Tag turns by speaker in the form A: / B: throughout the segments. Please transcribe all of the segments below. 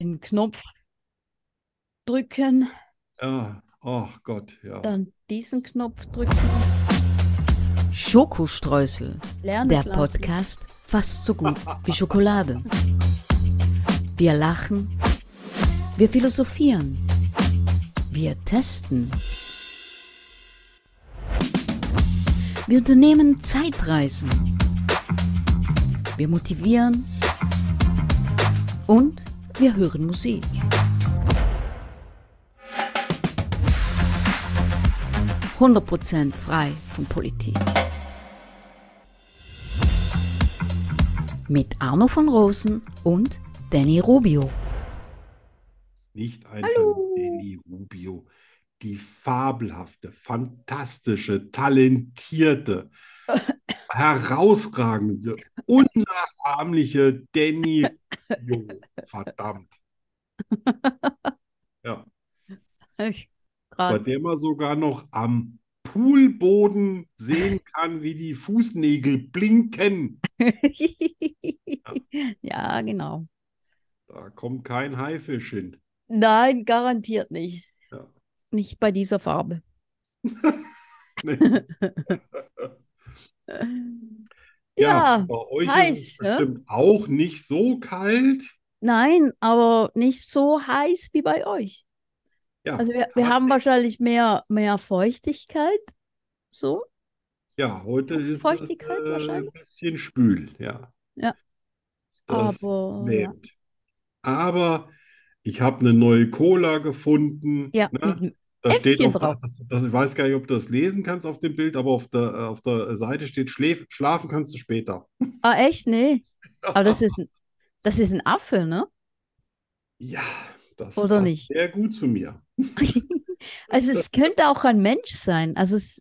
A: einen Knopf drücken,
B: Ja, Ah, ach Gott, ja.
A: dann diesen Knopf drücken.
C: Schokostreusel,
A: Lern
C: der
A: es lassen.
C: Podcast fast so gut wie Schokolade. Wir lachen, wir philosophieren, wir testen. Wir unternehmen Zeitreisen. Wir motivieren und wir hören Musik. Hundert Prozent frei von Politik. mit Arno von Rosen und Danny Rubio.
B: Nicht einfach
A: Hallo.
B: Danny Rubio. Die fabelhafte, fantastische, talentierte, herausragende, unnachahmliche Danny Rubio. Verdammt. Ja,
A: Ich
B: bei
A: grad,
B: der man sogar noch am Poolboden sehen kann, wie die Fußnägel blinken.
A: ja, genau.
B: Da kommt kein Haifisch hin.
A: Nein, garantiert nicht.
B: Ja.
A: Nicht bei dieser Farbe.
B: Nee. Ja,
A: Ja,
B: bei euch ist
A: heiß,
B: es
A: ne?
B: bestimmt auch nicht so kalt.
A: nein, aber nicht so heiß wie bei euch.
B: Ja,
A: Also wir, wir haben wahrscheinlich mehr, mehr Feuchtigkeit. So.
B: Ja, heute ist es
A: Feuchtigkeit
B: äh,
A: wahrscheinlich.
B: ein bisschen schwül, ja.
A: Ja.
B: Das
A: Aber äh, ja.
B: lähmt. Aber ich habe eine neue Cola gefunden.
A: Ja,
B: ne?
A: mit dem
B: Da steht
A: Äffchen
B: auf
A: drauf.
B: Das, das, ich weiß gar nicht, ob du das lesen kannst auf dem Bild, aber auf der, äh, auf der Seite steht, Schläf, schlafen kannst du später.
A: Ah, echt? Nee. Aber das ist ein, das ist ein Apfel, ne?
B: Ja, das
A: Oder
B: passt
A: nicht?
B: sehr gut zu mir.
A: Also es könnte auch ein Mensch sein. Also es,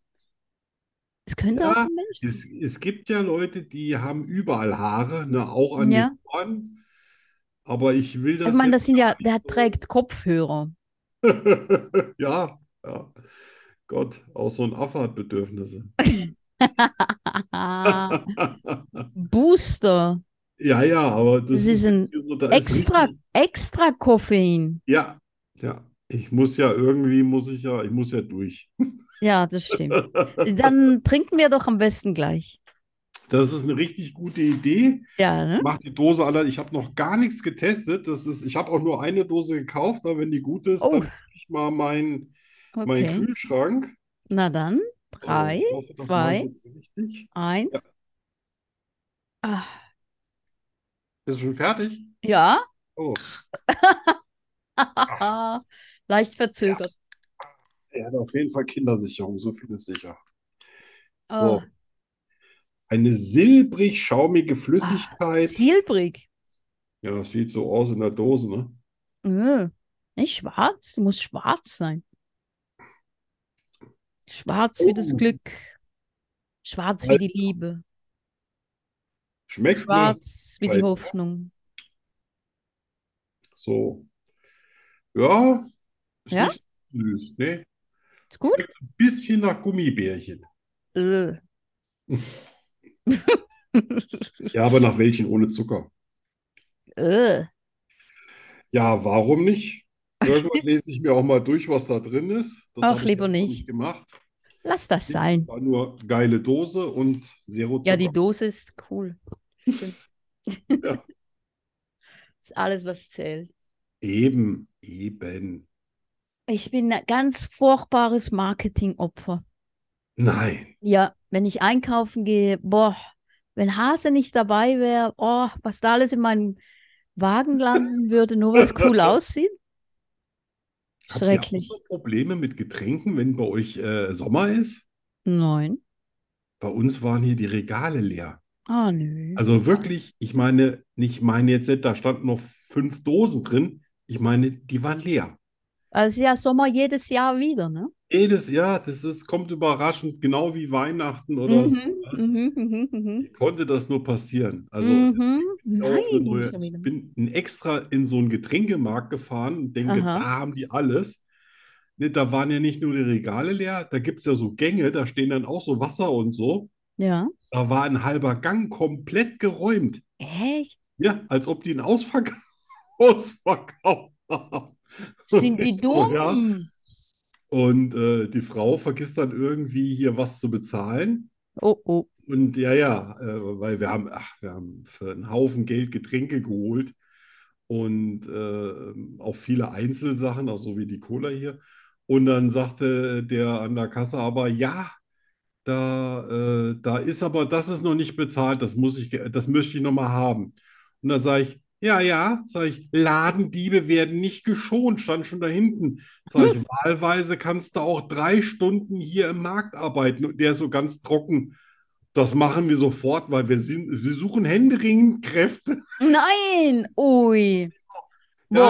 A: es könnte auch
B: Ja,
A: ein Mensch sein.
B: Es, es gibt ja Leute, die haben überall Haare, ne, auch an den
A: Ja. Also
B: Ohren. Aber ich will
A: Ich
B: das
A: meine,
B: jetzt
A: das sind ja,
B: gar nicht
A: der
B: so-
A: trägt Kopfhörer.
B: Ja, ja. Gott, auch so ein Affe hat Bedürfnisse.
A: Ah. Booster.
B: Ja, ja, aber das
A: Das ist ein
B: hier so, da ist
A: Extra,
B: richtig-
A: extra Koffein.
B: Ja, ja. Ich muss ja irgendwie, muss ich ja, ich muss ja durch.
A: Ja, das stimmt. Dann trinken wir doch am besten gleich.
B: Das ist eine richtig gute Idee.
A: Ja, ne?
B: Mach die Dose alle. Ich habe noch gar nichts getestet. Das ist, ich habe auch nur eine Dose gekauft, aber wenn die gut ist,
A: Oh.
B: dann guck ich mal meinen meinen
A: Okay.
B: Kühlschrank.
A: Na dann,
B: Äh,
A: drei,
B: ich hoffe, das mache ich
A: zwei,
B: jetzt richtig.
A: eins. Ah,
B: Bist du schon fertig?
A: ja. Ah,
B: Oh,
A: Leicht verzögert.
B: er hat auf jeden Fall Kindersicherung, so viel ist sicher.
A: Oh.
B: So. Eine silbrig-schaumige
A: Ah,
B: Flüssigkeit.
A: Silbrig.
B: Ja, das sieht so aus in der Dose, ne?
A: Nö. Nicht schwarz. Muss schwarz sein. Schwarz wie das
B: Oh.
A: Glück. Schwarz wie die Liebe.
B: Schmeckt nach
A: Schwarz wie
B: Weil-
A: die Hoffnung.
B: so. Ja, ist
A: Ja?
B: nicht süß, ne?
A: Ist gut?
B: Bisschen nach Gummibärchen.
A: Äh.
B: Ja, aber nach welchen ohne Zucker?
A: Äh.
B: Ja, warum nicht? Irgendwann lese ich mir auch mal durch, was da drin ist. Das
A: Ach,
B: habe ich
A: lieber
B: jetzt noch
A: nicht.
B: gemacht.
A: Lass das sein.
B: War nur geile Dose und Zero
A: Ja, die
B: Zucker.
A: Dose ist cool. Stimmt.
B: Genau. Ja.
A: Ist alles, was zählt.
B: Eben, eben.
A: Ich bin ein ganz furchtbares Marketingopfer.
B: Nein.
A: Ja, wenn ich einkaufen gehe, boah, wenn Hase nicht dabei wäre, oh, was da alles in meinem Wagen landen würde, nur weil es cool aussieht.
B: Habt ihr auch
A: Schrecklich.
B: so Probleme mit Getränken, wenn bei euch äh, Sommer ist?
A: Nein.
B: Bei uns waren hier die Regale leer.
A: Ah, nö.
B: Also wirklich, ich meine, ich meine jetzt nicht, da standen noch fünf Dosen drin. Ich meine, die waren leer.
A: Also ja, Sommer jedes Jahr wieder, ne?
B: Jedes Jahr, das ist, kommt überraschend, genau wie Weihnachten oder so.
A: Mhm, mhm, mhm, mhm.
B: Wie konnte das nur passieren? Also,
A: Mhm.
B: ich auch eine
A: Nein,
B: neue-
A: schon
B: ich
A: wieder.
B: bin ein extra in so einen Getränkemarkt gefahren und denke,
A: Aha.
B: da haben die alles. Ne, da waren ja nicht nur die Regale leer, da gibt es ja so Gänge, da stehen dann auch so Wasser und so.
A: Ja.
B: Da war ein halber Gang komplett geräumt.
A: Echt?
B: Ja, als ob die einen Ausverkauf ausverkauft haben.
A: Sind die
B: So, ja.
A: dumm?
B: Und äh, die Frau vergisst dann irgendwie hier was zu bezahlen.
A: Oh, oh.
B: Und ja, ja, äh, weil wir haben, ach, wir haben für einen Haufen Geld Getränke geholt und äh, auch viele Einzelsachen, auch so wie die Cola hier. Und dann sagte der an der Kasse aber, ja, da, äh, da ist aber, das ist noch nicht bezahlt, das muss ich, ge- das möchte ich nochmal haben. Und dann sage ich, ja, ja, sage ich, Ladendiebe werden nicht geschont, stand schon da hinten. Sag ich, wahlweise kannst du auch drei Stunden hier im Markt arbeiten. Und der ist so ganz trocken. Das machen wir sofort, weil wir, sind, wir suchen händeringend Kräfte.
A: Nein! Ui.
B: Ja,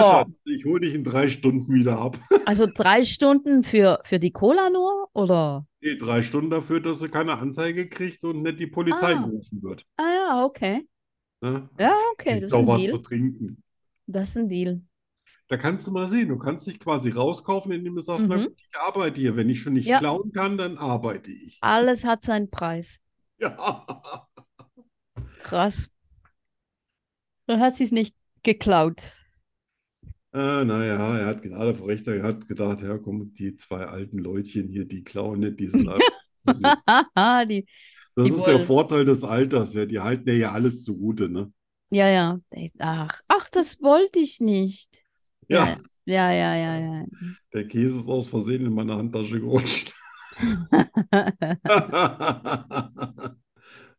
A: Boah.
B: Schatz, ich hole dich in drei Stunden wieder ab.
A: Also drei Stunden für, für die Cola nur? Oder?
B: Nee, drei Stunden dafür, dass sie keine Anzeige kriegt und nicht die Polizei
A: Ah.
B: gerufen wird.
A: Ah ja, okay.
B: Ne?
A: Ja, okay, das
B: Gibt's
A: ist ein
B: auch was zu
A: Deal.
B: trinken.
A: Das ist ein Deal.
B: Da kannst du mal sehen, du kannst dich quasi rauskaufen, indem du sagst, na
A: Mhm.
B: gut, ich arbeite hier. Wenn ich schon nicht
A: Ja.
B: klauen kann, dann arbeite ich.
A: Alles hat seinen Preis.
B: Ja.
A: Krass. Dann hat sie es nicht geklaut.
B: Äh, naja, er hat gerade vor Recht, er hat gedacht, ja komm, die zwei alten Leutchen hier, die klauen nicht, die sind einfach.
A: Haha, die,
B: Das
A: Die
B: ist der
A: wollen-
B: Vorteil des Alters, ja, die halten dir ja alles zugute, ne?
A: ja, ja. Ach, ach, das wollte ich nicht.
B: Ja,
A: Ja, ja, ja, ja.
B: der Käse ist aus Versehen in meine Handtasche gerutscht.
A: ja.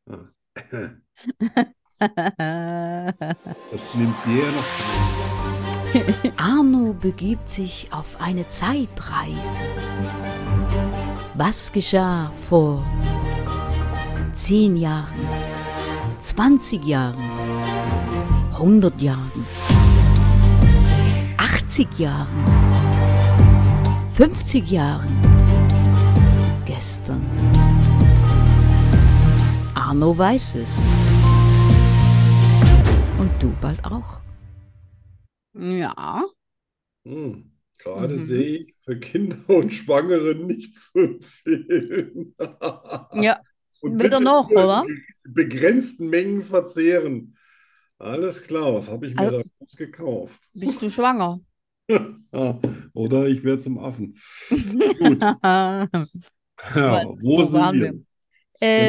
B: Das nimmt der noch.
C: Arno begibt sich auf eine Zeitreise. Was geschah vor 10 Jahren, 20 Jahren, 100 Jahren, 80 Jahren, 50 Jahren, gestern? Arno weiß es. Und du bald auch.
A: ja.
B: Hm, gerade
A: Mhm.
B: sehe ich für Kinder und Schwangere nicht zu empfehlen.
A: Ja,
B: Und
A: weder
B: bitte
A: noch,
B: nur in
A: oder?
B: ge- begrenzten Mengen verzehren. Alles klar, was habe ich mir
A: Also-
B: da groß gekauft?
A: bist du schwanger?
B: Ah, oder ich werde zum Affen. Gut,
A: äh,
B: ja,
A: Was?
B: wo
A: Wo
B: sind
A: waren
B: wir?
A: wir?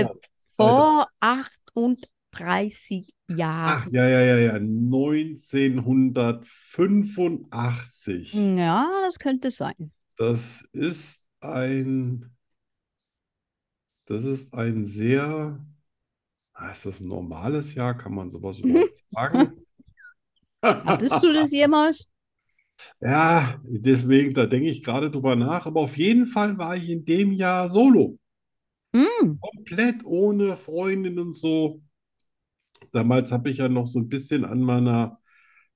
B: Genau,
A: vor 38
B: Ach,
A: Jahren.
B: ja, ja, ja, ja, 1985.
A: Hm. Ja, das könnte sein.
B: Das ist ein, das ist ein sehr, ah, ist das ein normales Jahr? Kann man sowas überhaupt sagen?
A: Hattest du das jemals?
B: Ja, deswegen, da denke ich gerade drüber nach. Aber auf jeden Fall war ich in dem Jahr solo,
A: Hm,
B: komplett ohne Freundin und so. Damals habe ich ja noch so ein bisschen an meiner,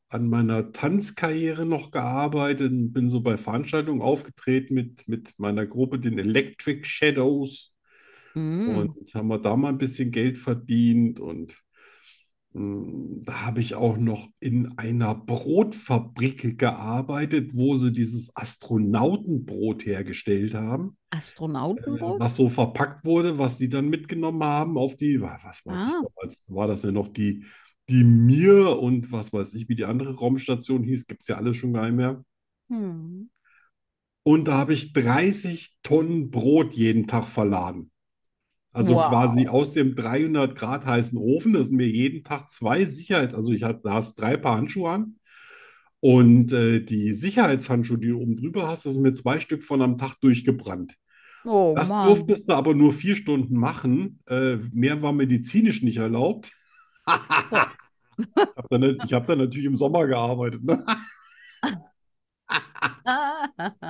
B: an meiner Tanzkarriere noch gearbeitet und bin so bei Veranstaltungen aufgetreten mit, mit meiner Gruppe, den Electric Shadows.
A: hm.
B: Und haben wir da mal ein bisschen Geld verdient. Und mh, da habe ich auch noch in einer Brotfabrik gearbeitet, wo sie dieses Astronautenbrot hergestellt haben, äh,
A: Astronautenbrot?
B: was so verpackt wurde, was die dann mitgenommen haben auf die, wa- was weiß ich
A: Ah.
B: damals, war das ja noch die, die Mir und was weiß ich, wie die andere Raumstation hieß, gibt es ja alles schon gar nicht mehr.
A: Hm.
B: Und da habe ich 30 Tonnen Brot jeden Tag verladen. Also
A: Wow.
B: quasi aus dem 300 Grad heißen Ofen, das sind mir jeden Tag zwei Sicherheits, also ich hatte, da hast drei Paar Handschuhe an und äh, die Sicherheitshandschuhe, die du oben drüber hast, das sind mir zwei Stück von am Tag durchgebrannt.
A: Oh
B: Das
A: Mann.
B: durftest du aber nur vier Stunden machen, äh, mehr war medizinisch nicht erlaubt. Ich habe dann, ich hab dann natürlich im Sommer gearbeitet, ne?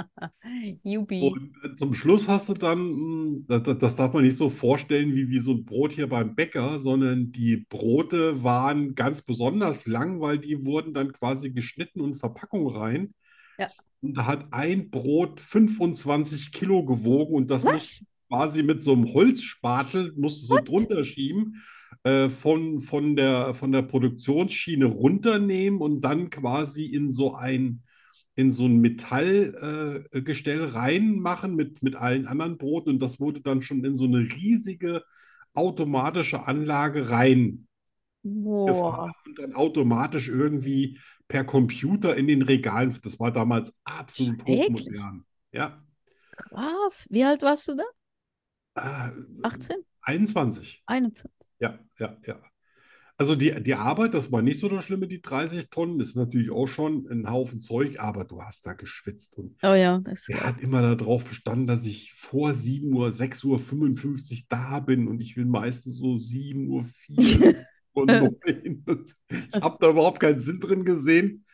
A: Jubi.
B: Und äh, zum Schluss hast du dann, mh, da- da- das darf man nicht so vorstellen wie, wie so ein Brot hier beim Bäcker, sondern die Brote waren ganz besonders lang, weil die wurden dann quasi geschnitten und Verpackung rein.
A: Ja.
B: Und da hat ein Brot 25 Kilo gewogen und das musst
A: Was?
B: du quasi mit so einem Holzspatel, musst du so drunter schieben, äh, von, von der, von der Produktionsschiene runternehmen und dann quasi in so ein in so ein Metallgestell äh, Gestell reinmachen mit, mit allen anderen Broten und das wurde dann schon in so eine riesige automatische Anlage rein
A: Boah.
B: und dann automatisch irgendwie per Computer in den Regalen. Das war damals absolut
A: Schrecklich.
B: hochmodern. Ja,
A: Krass. Wie alt warst du da?
B: Ah,
A: 18?
B: 21.
A: 21?
B: Ja, ja, ja. Also die, die Arbeit, das war nicht so das Schlimme, die 30 Tonnen, ist natürlich auch schon ein Haufen Zeug, aber du hast da geschwitzt und
A: Oh ja, das ist
B: Er
A: geil.
B: hat immer darauf bestanden, dass ich vor 7 Uhr, 6 Uhr 55 da bin und ich bin meistens so 7 Uhr 4 Uhr 9. Ich habe da überhaupt keinen Sinn drin gesehen,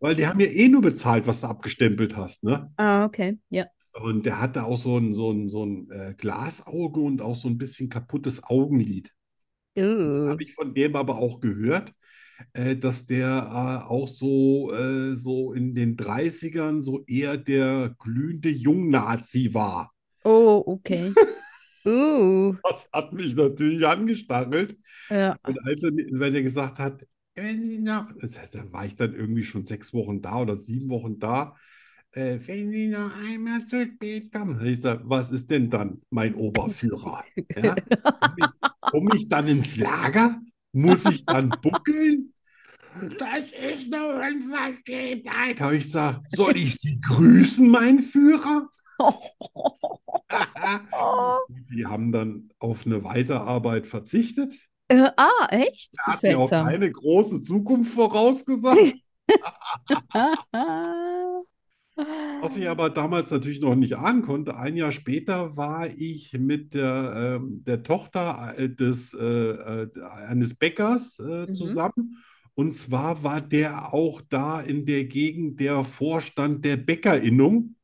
B: weil die haben ja eh nur bezahlt, was du abgestempelt hast, ne?
A: Ah, okay. Ja.
B: Und der hatte auch so ein, so ein, so ein äh, Glasauge und auch so ein bisschen kaputtes Augenlid.
A: Uh.
B: Habe ich von dem aber auch gehört, äh, dass der äh, auch so, äh, so in den 30ern so eher der glühende Jungnazi war.
A: Oh, okay. Uh.
B: Das hat mich natürlich angestachelt.
A: Ja.
B: Und als er, weil er gesagt hat, äh, wenn Sie noch, da war ich dann irgendwie schon sechs Wochen da oder sieben Wochen da. Äh, wenn Sie noch einmal zu spät kommen, ich sag, was ist denn dann mein Oberführer? Ja? Komme ich, komm ich dann ins Lager? Muss ich dann buckeln? Das ist eine Unverschämtheit. Habe ich gesagt, soll ich Sie grüßen, mein Führer? Die haben dann auf eine Weiterarbeit verzichtet.
A: Äh, ah, echt?
B: Er hat mir auch
A: Seltsam.
B: keine große Zukunft vorausgesagt, was ich aber damals natürlich noch nicht ahnen konnte. Ein Jahr später war ich mit der, ähm, der Tochter äh, des, äh, äh, eines Bäckers äh,
A: Mhm.
B: zusammen. Und zwar war der auch da in der Gegend der Vorstand der Bäckerinnung. Und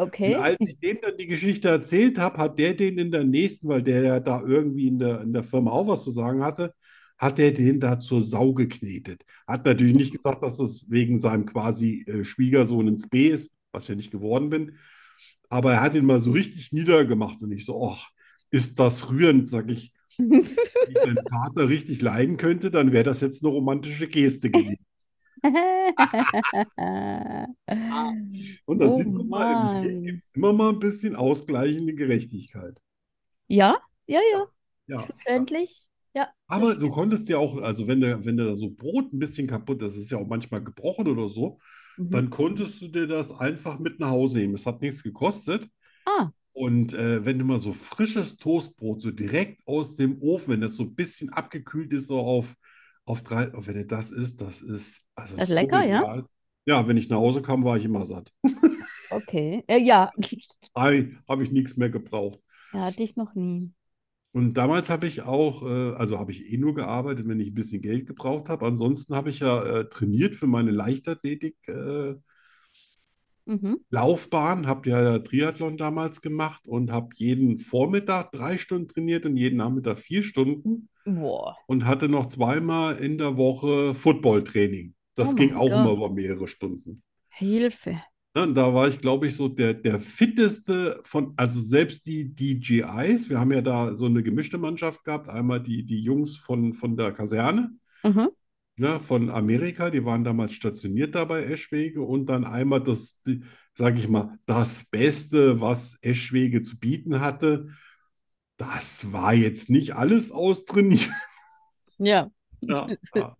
A: Okay.
B: als ich dem dann die Geschichte erzählt habe, hat der den in der nächsten, weil der ja da irgendwie in der, in der Firma auch was zu sagen hatte, hat der den da zur Sau geknetet. Hat natürlich nicht gesagt, dass es wegen seinem quasi äh, Schwiegersohn ins B ist, was ich ja nicht geworden bin. Aber er hat ihn mal so richtig niedergemacht und ich so, ach, ist das rührend, sag ich. Wenn ich deinen Vater richtig leiden könnte, dann wäre das jetzt eine romantische Geste gewesen. Und da
A: Oh
B: sieht man mal, im Leben
A: Mann.
B: gibt's immer mal ein bisschen ausgleichende Gerechtigkeit.
A: Ja, ja, ja.
B: Ja.
A: Schlussendlich. Ja.
B: Aber du konntest ja auch, also wenn du, wenn du so Brot ein bisschen kaputt, das ist ja auch manchmal gebrochen oder so,
A: Mhm.
B: dann konntest du dir das einfach mit nach Hause nehmen. Es hat nichts gekostet.
A: Ah.
B: Und äh, wenn du mal so frisches Toastbrot, so direkt aus dem Ofen, wenn das so ein bisschen abgekühlt ist, so auf, auf drei, oh, wenn du das isst, das ist also
A: Das ist
B: so
A: lecker, ja?
B: genial. Ja, wenn ich nach Hause kam, war ich immer satt.
A: Okay. Äh, ja.
B: Habe ich nichts mehr gebraucht.
A: Ja, hatte ich noch nie.
B: Und damals habe ich auch, äh, also habe ich eh nur gearbeitet, wenn ich ein bisschen Geld gebraucht habe. Ansonsten habe ich ja äh, trainiert für meine Leichtathletik, äh,
A: Mhm.
B: Laufbahn, habe ja Triathlon damals gemacht und habe jeden Vormittag drei Stunden trainiert und jeden Nachmittag vier Stunden
A: Boah.
B: und hatte noch zweimal in der Woche Footballtraining. Das
A: Oh
B: ging
A: mein
B: auch immer
A: Gott.
B: über mehrere Stunden.
A: Hilfe.
B: Ja, Ne, und da war ich, glaube ich, so der, der fitteste von, also selbst die DJIs, wir haben ja da so eine gemischte Mannschaft gehabt, einmal die, die Jungs von, von der Kaserne,
A: Mhm.
B: ne, von Amerika, die waren damals stationiert da bei Eschwege und dann einmal das, die, sag ich mal, das Beste, was Eschwege zu bieten hatte, das war jetzt nicht alles austrainiert.
A: Ja.
B: Ja, ja,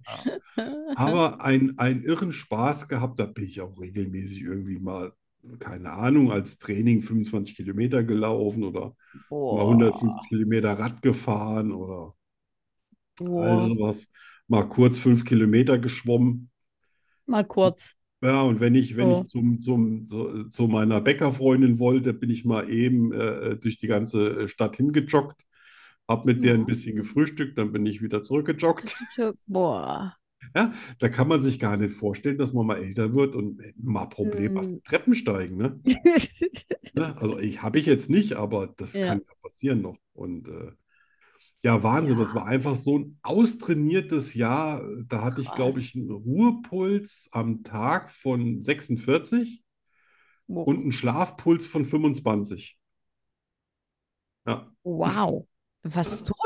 B: ja. Aber ein, ein irren Spaß gehabt, da bin ich auch regelmäßig irgendwie mal, keine Ahnung, als Training 25 Kilometer gelaufen oder mal
A: Boah.
B: 150 Kilometer Rad gefahren oder
A: Boah.
B: also was, mal kurz fünf Kilometer geschwommen.
A: Mal kurz.
B: Ja, und wenn ich, wenn
A: So.
B: ich zum, zum, zu, zu meiner Bäckerfreundin wollte, bin ich mal eben äh, durch die ganze Stadt hingejoggt, hab mit der ein
A: Ja.
B: bisschen gefrühstückt, dann bin ich wieder zurückgejoggt.
A: Boah.
B: Da kann man sich gar nicht vorstellen, dass man mal älter wird und äh, mal Probleme hat
A: Hm.
B: mit Treppensteigen, ne? Ne? Also ich habe ich jetzt nicht, aber das
A: Ja.
B: kann ja passieren noch. Und äh, ja, Wahnsinn, das war einfach so ein austrainiertes Jahr. Da hatte ich, glaube ich,
A: Krass.
B: einen Ruhepuls am Tag von 46
A: Boah.
B: und einen Schlafpuls von 25. Ja,
A: Wow. Was tot?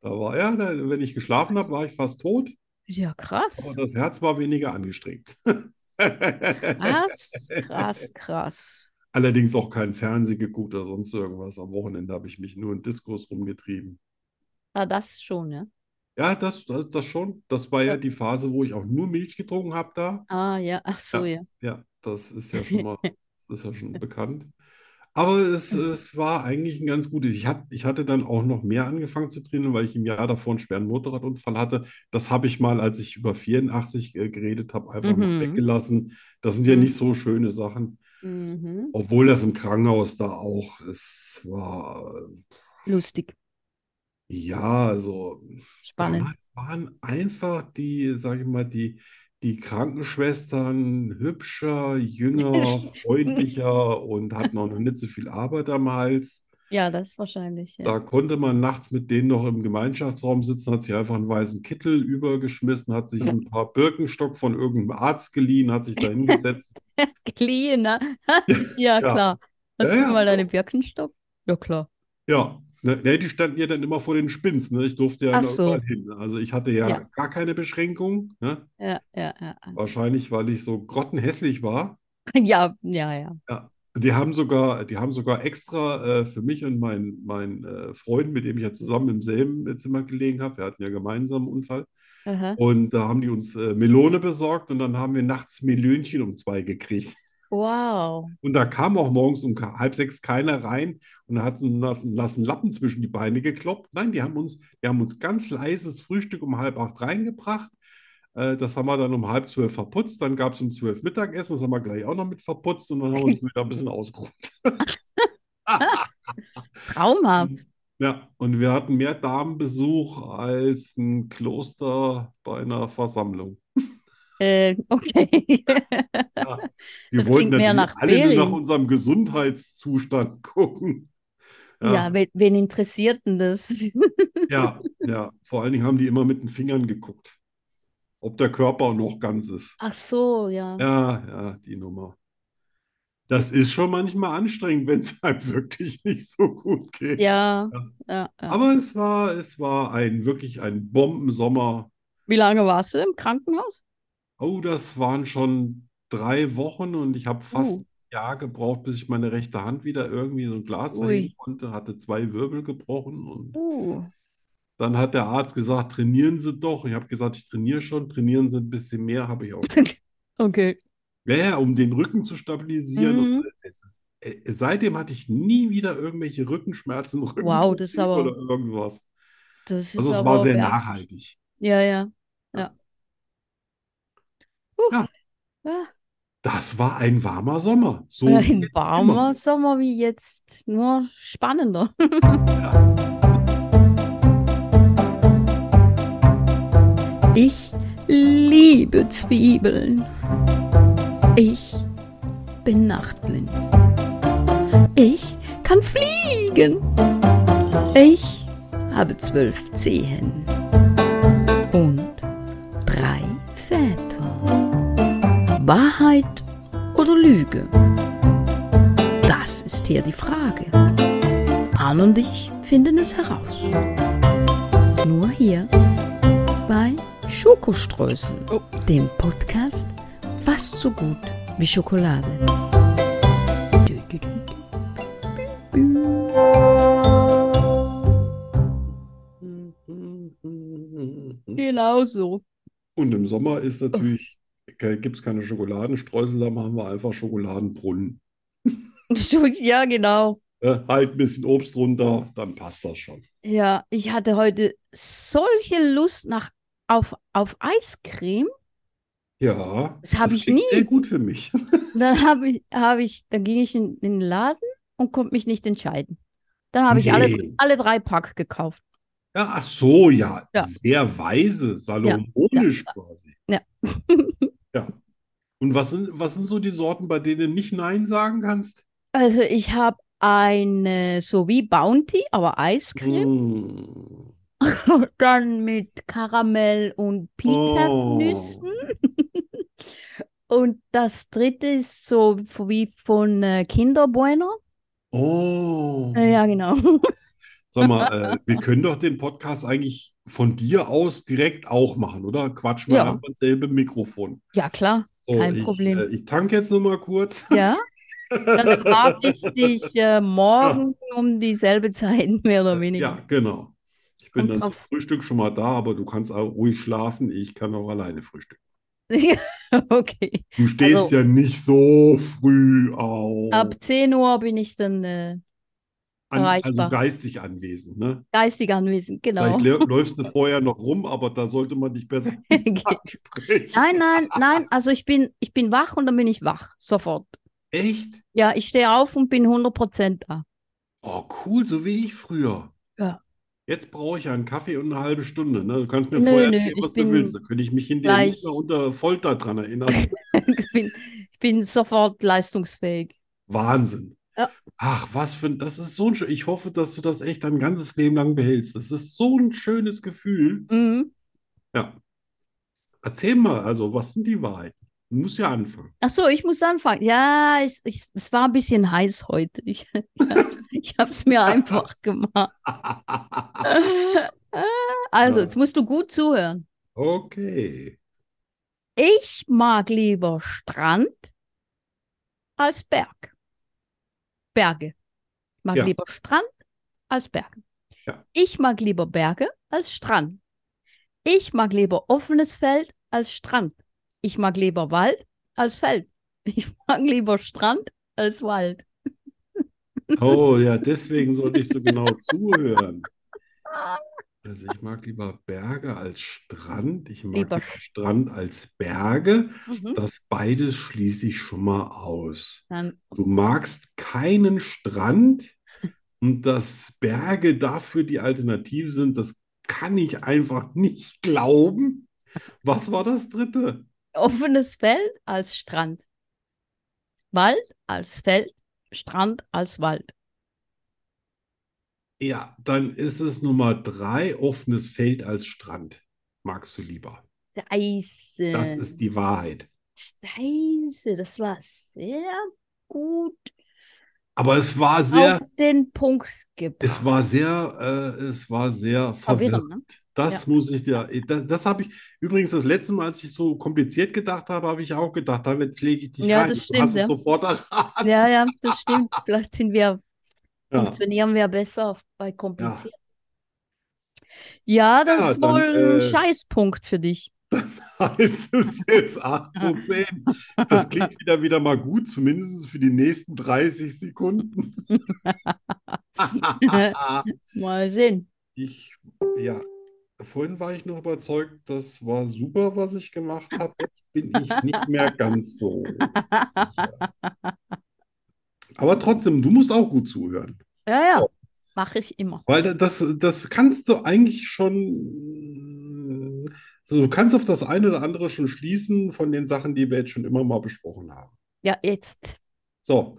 B: da war ja, da, wenn ich geschlafen habe, war ich fast tot,
A: Ja,
B: aber
A: krass.
B: das Herz war weniger angestrengt.
A: Ah, Krass, krass, krass.
B: Allerdings auch kein Fernsehen geguckt oder sonst irgendwas. Am Wochenende habe ich mich nur in Diskos rumgetrieben.
A: Ah, das schon, ne?
B: Ja, das, das, das schon. Das war ja die Phase, wo ich auch nur Milch getrunken habe da.
A: Ah, ja, ach so, ja.
B: Ja, das ist ja schon mal, das ist ja schon bekannt. Aber es, es war eigentlich ein ganz gutes. Ich, hab, ich hatte dann auch noch mehr angefangen zu trainieren, weil ich im Jahr davor einen schweren Motorradunfall hatte. Das habe ich mal, als ich über 84 äh, geredet habe, einfach mal
A: Mhm.
B: weggelassen. Das sind ja
A: Mhm.
B: nicht so schöne Sachen.
A: Mhm.
B: Obwohl das im Krankenhaus da auch, es war, äh,
A: Lustig,
B: ja, also
A: spannend.
B: damals waren einfach die, sage ich mal, die, die Krankenschwestern hübscher, jünger, freundlicher und hatten auch noch nicht so viel Arbeit am Hals.
A: Ja, das wahrscheinlich, ja.
B: Da konnte man nachts mit denen noch im Gemeinschaftsraum sitzen, hat sich einfach einen weißen Kittel übergeschmissen, hat sich ein paar Birkenstock von irgendeinem Arzt geliehen, hat sich da hingesetzt.
A: Clean, ne? Ja,
B: Ja.
A: klar. Hast
B: Ja,
A: du
B: ja.
A: mal deine Birkenstock? Ja, klar.
B: Ja, ne, ne, die standen ja dann immer vor den Spins, ne? Ich durfte ja
A: Ach
B: noch
A: so.
B: überall hin. Also ich hatte ja
A: Ja.
B: gar keine Beschränkung, ne?
A: Ja, ja, ja. ja.
B: Wahrscheinlich, weil ich so grottenhässlich war.
A: Ja, ja, ja.
B: Ja. Die haben sogar, die haben sogar extra äh, für mich und meinen mein, äh, Freund, mit dem ich ja zusammen im selben Zimmer gelegen habe, wir hatten ja gemeinsam einen Unfall.
A: Aha.
B: Und da haben die uns äh, Melone besorgt und dann haben wir nachts Melönchen um zwei gekriegt.
A: Wow.
B: Und da kam auch morgens um ka- halb sechs keiner rein und hat einen nassen, nassen Lappen zwischen die Beine gekloppt. Nein, die haben uns, die haben uns ganz leises Frühstück um halb acht reingebracht. Äh, das haben wir dann um halb zwölf verputzt. Dann gab es um zwölf Mittagessen, das haben wir gleich auch noch mit verputzt und dann haben wir uns wieder ein bisschen ausgeruht.
A: Traumhaft.
B: Ja, und wir hatten mehr Damenbesuch als ein Kloster bei einer Versammlung.
A: Äh, okay.
B: Ja, die
A: Das
B: wollten
A: klingt mehr
B: natürlich
A: nach
B: alle nur nach
A: Ferien.
B: unserem Gesundheitszustand gucken.
A: Ja,
B: Ja,
A: wen, wen interessiert denn das?
B: ja, ja. Vor allen Dingen haben die immer mit den Fingern geguckt, ob der Körper noch ganz ist.
A: Ach so, ja.
B: Ja, ja, die Nummer. Das ist schon manchmal anstrengend, wenn es einem wirklich nicht so gut geht.
A: Ja,
B: Ja.
A: ja, ja.
B: Aber es war, es war ein wirklich ein Bombensommer.
A: Wie lange warst du im Krankenhaus?
B: Oh, das waren schon drei Wochen und ich habe fast
A: Uh,
B: ein Jahr gebraucht, bis ich meine rechte Hand wieder irgendwie in so ein Glas verheben
A: ui.
B: konnte. Hatte zwei Wirbel gebrochen und
A: Uh.
B: dann hat der Arzt gesagt, trainieren Sie doch. Ich habe gesagt, ich trainiere schon, trainieren Sie ein bisschen mehr, habe ich auch gemacht.
A: Okay.
B: Ja, ja, um den Rücken zu stabilisieren. Und
A: Mhm.
B: es ist, äh, seitdem hatte ich nie wieder irgendwelche Rückenschmerzen,
A: Wow, das ist
B: Rückenprobleme
A: aber,
B: oder irgendwas.
A: das ist
B: Also es war
A: aber
B: sehr
A: beachtlich.
B: nachhaltig.
A: Ja, ja,
B: Ja.
A: ja. Uh. Huh.
B: Ja,
A: Ja.
B: das war ein warmer Sommer, so wie
A: Ein
B: jetzt immer.
A: warmer Sommer wie jetzt, nur spannender.
B: Ja.
C: Ich liebe Zwiebeln. Ich bin nachtblind. Ich kann fliegen. Ich habe zwölf Zehen und drei Väter. Wahrheit oder Lüge? Das ist hier die Frage. Arne und ich finden es heraus. Nur hier bei Schokoströßen, dem Podcast fast so gut wie Schokolade. Dü, dü, dü, dü, dü, dü.
B: Und
A: Genau so.
B: im Sommer ist natürlich, gibt es keine Schokoladenstreusel, da machen wir einfach Schokoladenbrunnen.
A: Ja, genau.
B: Äh, halt ein bisschen Obst runter, dann passt das schon.
A: Ja, ich hatte heute solche Lust nach, auf, auf Eiscreme.
B: Ja,
A: Das habe
B: das
A: ich
B: klingt
A: nie.
B: sehr gut für mich.
A: Und Dann habe ich, habe ich, dann ging ich in, in den Laden und konnte mich nicht entscheiden. Dann habe ich alle,
B: Nee.
A: alle drei Pack gekauft.
B: Ja, ach so, ja,
A: Ja.
B: sehr weise, salomonisch quasi.
A: Ja.
B: Ja. Und was sind, was sind so die Sorten, bei denen du nicht Nein sagen kannst?
A: Also ich habe eine, so wie Bounty, aber Eiscreme.
B: Mm.
A: Dann mit Karamell und Pika-Nüssen.
B: Oh.
A: Und das dritte ist so wie von äh, Kinder Bueno.
B: Oh.
A: Äh, Ja, genau.
B: Sag mal, äh, wir können doch den Podcast eigentlich von dir aus direkt auch machen, oder? Quatsch mal
A: Ja.
B: einfach dasselbe Mikrofon.
A: Ja, klar.
B: So,
A: Kein
B: ich,
A: Problem.
B: äh, ich tanke jetzt nochmal kurz.
A: Ja, dann erwarte ich dich äh, morgen um dieselbe Zeit, mehr oder weniger.
B: Ja, genau. Ich bin
A: Kommt
B: dann zum
A: drauf.
B: Frühstück schon mal da, aber du kannst auch ruhig schlafen. Ich kann auch alleine frühstücken.
A: Okay.
B: Du stehst
A: Also-
B: ja nicht so früh auf.
A: Ab 10 Uhr bin ich dann äh,
B: An, also
A: erreichbar.
B: geistig anwesend, ne?
A: geistig anwesend, genau.
B: Vielleicht lä- läufst du vorher noch rum, aber da sollte man dich besser ansprechen.
A: Nein, nein, nein. Also ich bin, ich bin wach und dann bin ich wach. Sofort.
B: Echt?
A: Ja, ich stehe auf und bin 100% da.
B: Oh, cool, so wie ich früher.
A: Ja.
B: Jetzt brauche ich einen Kaffee und eine halbe Stunde. Ne? Du kannst mir
A: Nö,
B: vorher
A: nö,
B: erzählen,
A: ich
B: was du
A: bin
B: willst. Da könnte ich mich hinterher
A: gleich-
B: nicht mehr unter Folter dran erinnern.
A: Ich bin, ich bin sofort leistungsfähig.
B: Wahnsinn.
A: Ja.
B: Ach, was für ein, das ist so ein, schö- ich hoffe, dass du das echt dein ganzes Leben lang behältst. Das ist so ein schönes Gefühl.
A: Mhm.
B: Ja. Erzähl mal, also, was sind die Wahrheiten? Du musst ja anfangen.
A: Ach so, ich muss anfangen. Ja, ich, ich, es war ein bisschen heiß heute. Ich, ich habe es mir einfach gemacht. Also,
B: Ja.
A: jetzt musst du gut zuhören.
B: Okay.
A: Ich mag lieber Strand als Berg. Berge. Ich mag
B: Ja.
A: lieber Strand als Berge.
B: Ja.
A: Ich mag lieber Berge als Strand. Ich mag lieber offenes Feld als Strand. Ich mag lieber Wald als Feld. Ich mag lieber Strand als Wald.
B: Oh ja, deswegen sollte ich so genau zuhören. Also ich mag lieber Berge als Strand. Ich mag
A: Lieber
B: lieber
A: Sch-
B: Strand als Berge.
A: Mhm.
B: Das beides schließe ich schon mal aus.
A: Dann,
B: Du magst keinen Strand und dass Berge dafür die Alternative sind, das kann ich einfach nicht glauben. Was war das dritte?
A: offenes Feld als Strand. Wald als Feld. Strand als Wald.
B: Ja, dann ist es Nummer drei, offenes Feld als Strand. Magst du lieber?
A: Scheiße.
B: Das ist die Wahrheit.
A: Scheiße, das war sehr gut
B: Aber es war sehr,
A: auf den Punkt gebracht.
B: es war sehr, äh, es war sehr verwirrend.
A: Verwirrend, ne?
B: Das muss ich dir, das, das habe ich übrigens das letzte Mal, als ich so kompliziert gedacht habe, habe ich auch gedacht, damit lege ich dich
A: Ja,
B: rein.
A: das
B: Du hast
A: stimmt,
B: es
A: ja.
B: sofort erraten.
A: Ja, ja, das stimmt. Vielleicht sind wir,
B: Ja,
A: funktionieren wir besser bei kompliziert. Ja, das
B: Ja,
A: ist
B: dann,
A: wohl ein
B: äh,
A: Scheißpunkt für dich.
B: heißt es jetzt 8 zu 10. Das klingt wieder wieder mal gut, zumindest für die nächsten 30 Sekunden. Ah.
A: Mal sehen.
B: Ich, ja, vorhin war ich noch überzeugt, das war super, was ich gemacht habe. Jetzt bin ich nicht mehr ganz so sicher. Aber trotzdem, du musst auch gut zuhören,
A: Ja,
B: Oh.
A: ja, mache ich immer.
B: weil da- das, das kannst du eigentlich schon, so du kannst auf das eine oder andere schon schließen von den Sachen, die wir jetzt schon immer mal besprochen haben.
A: Ja, jetzt.
B: So,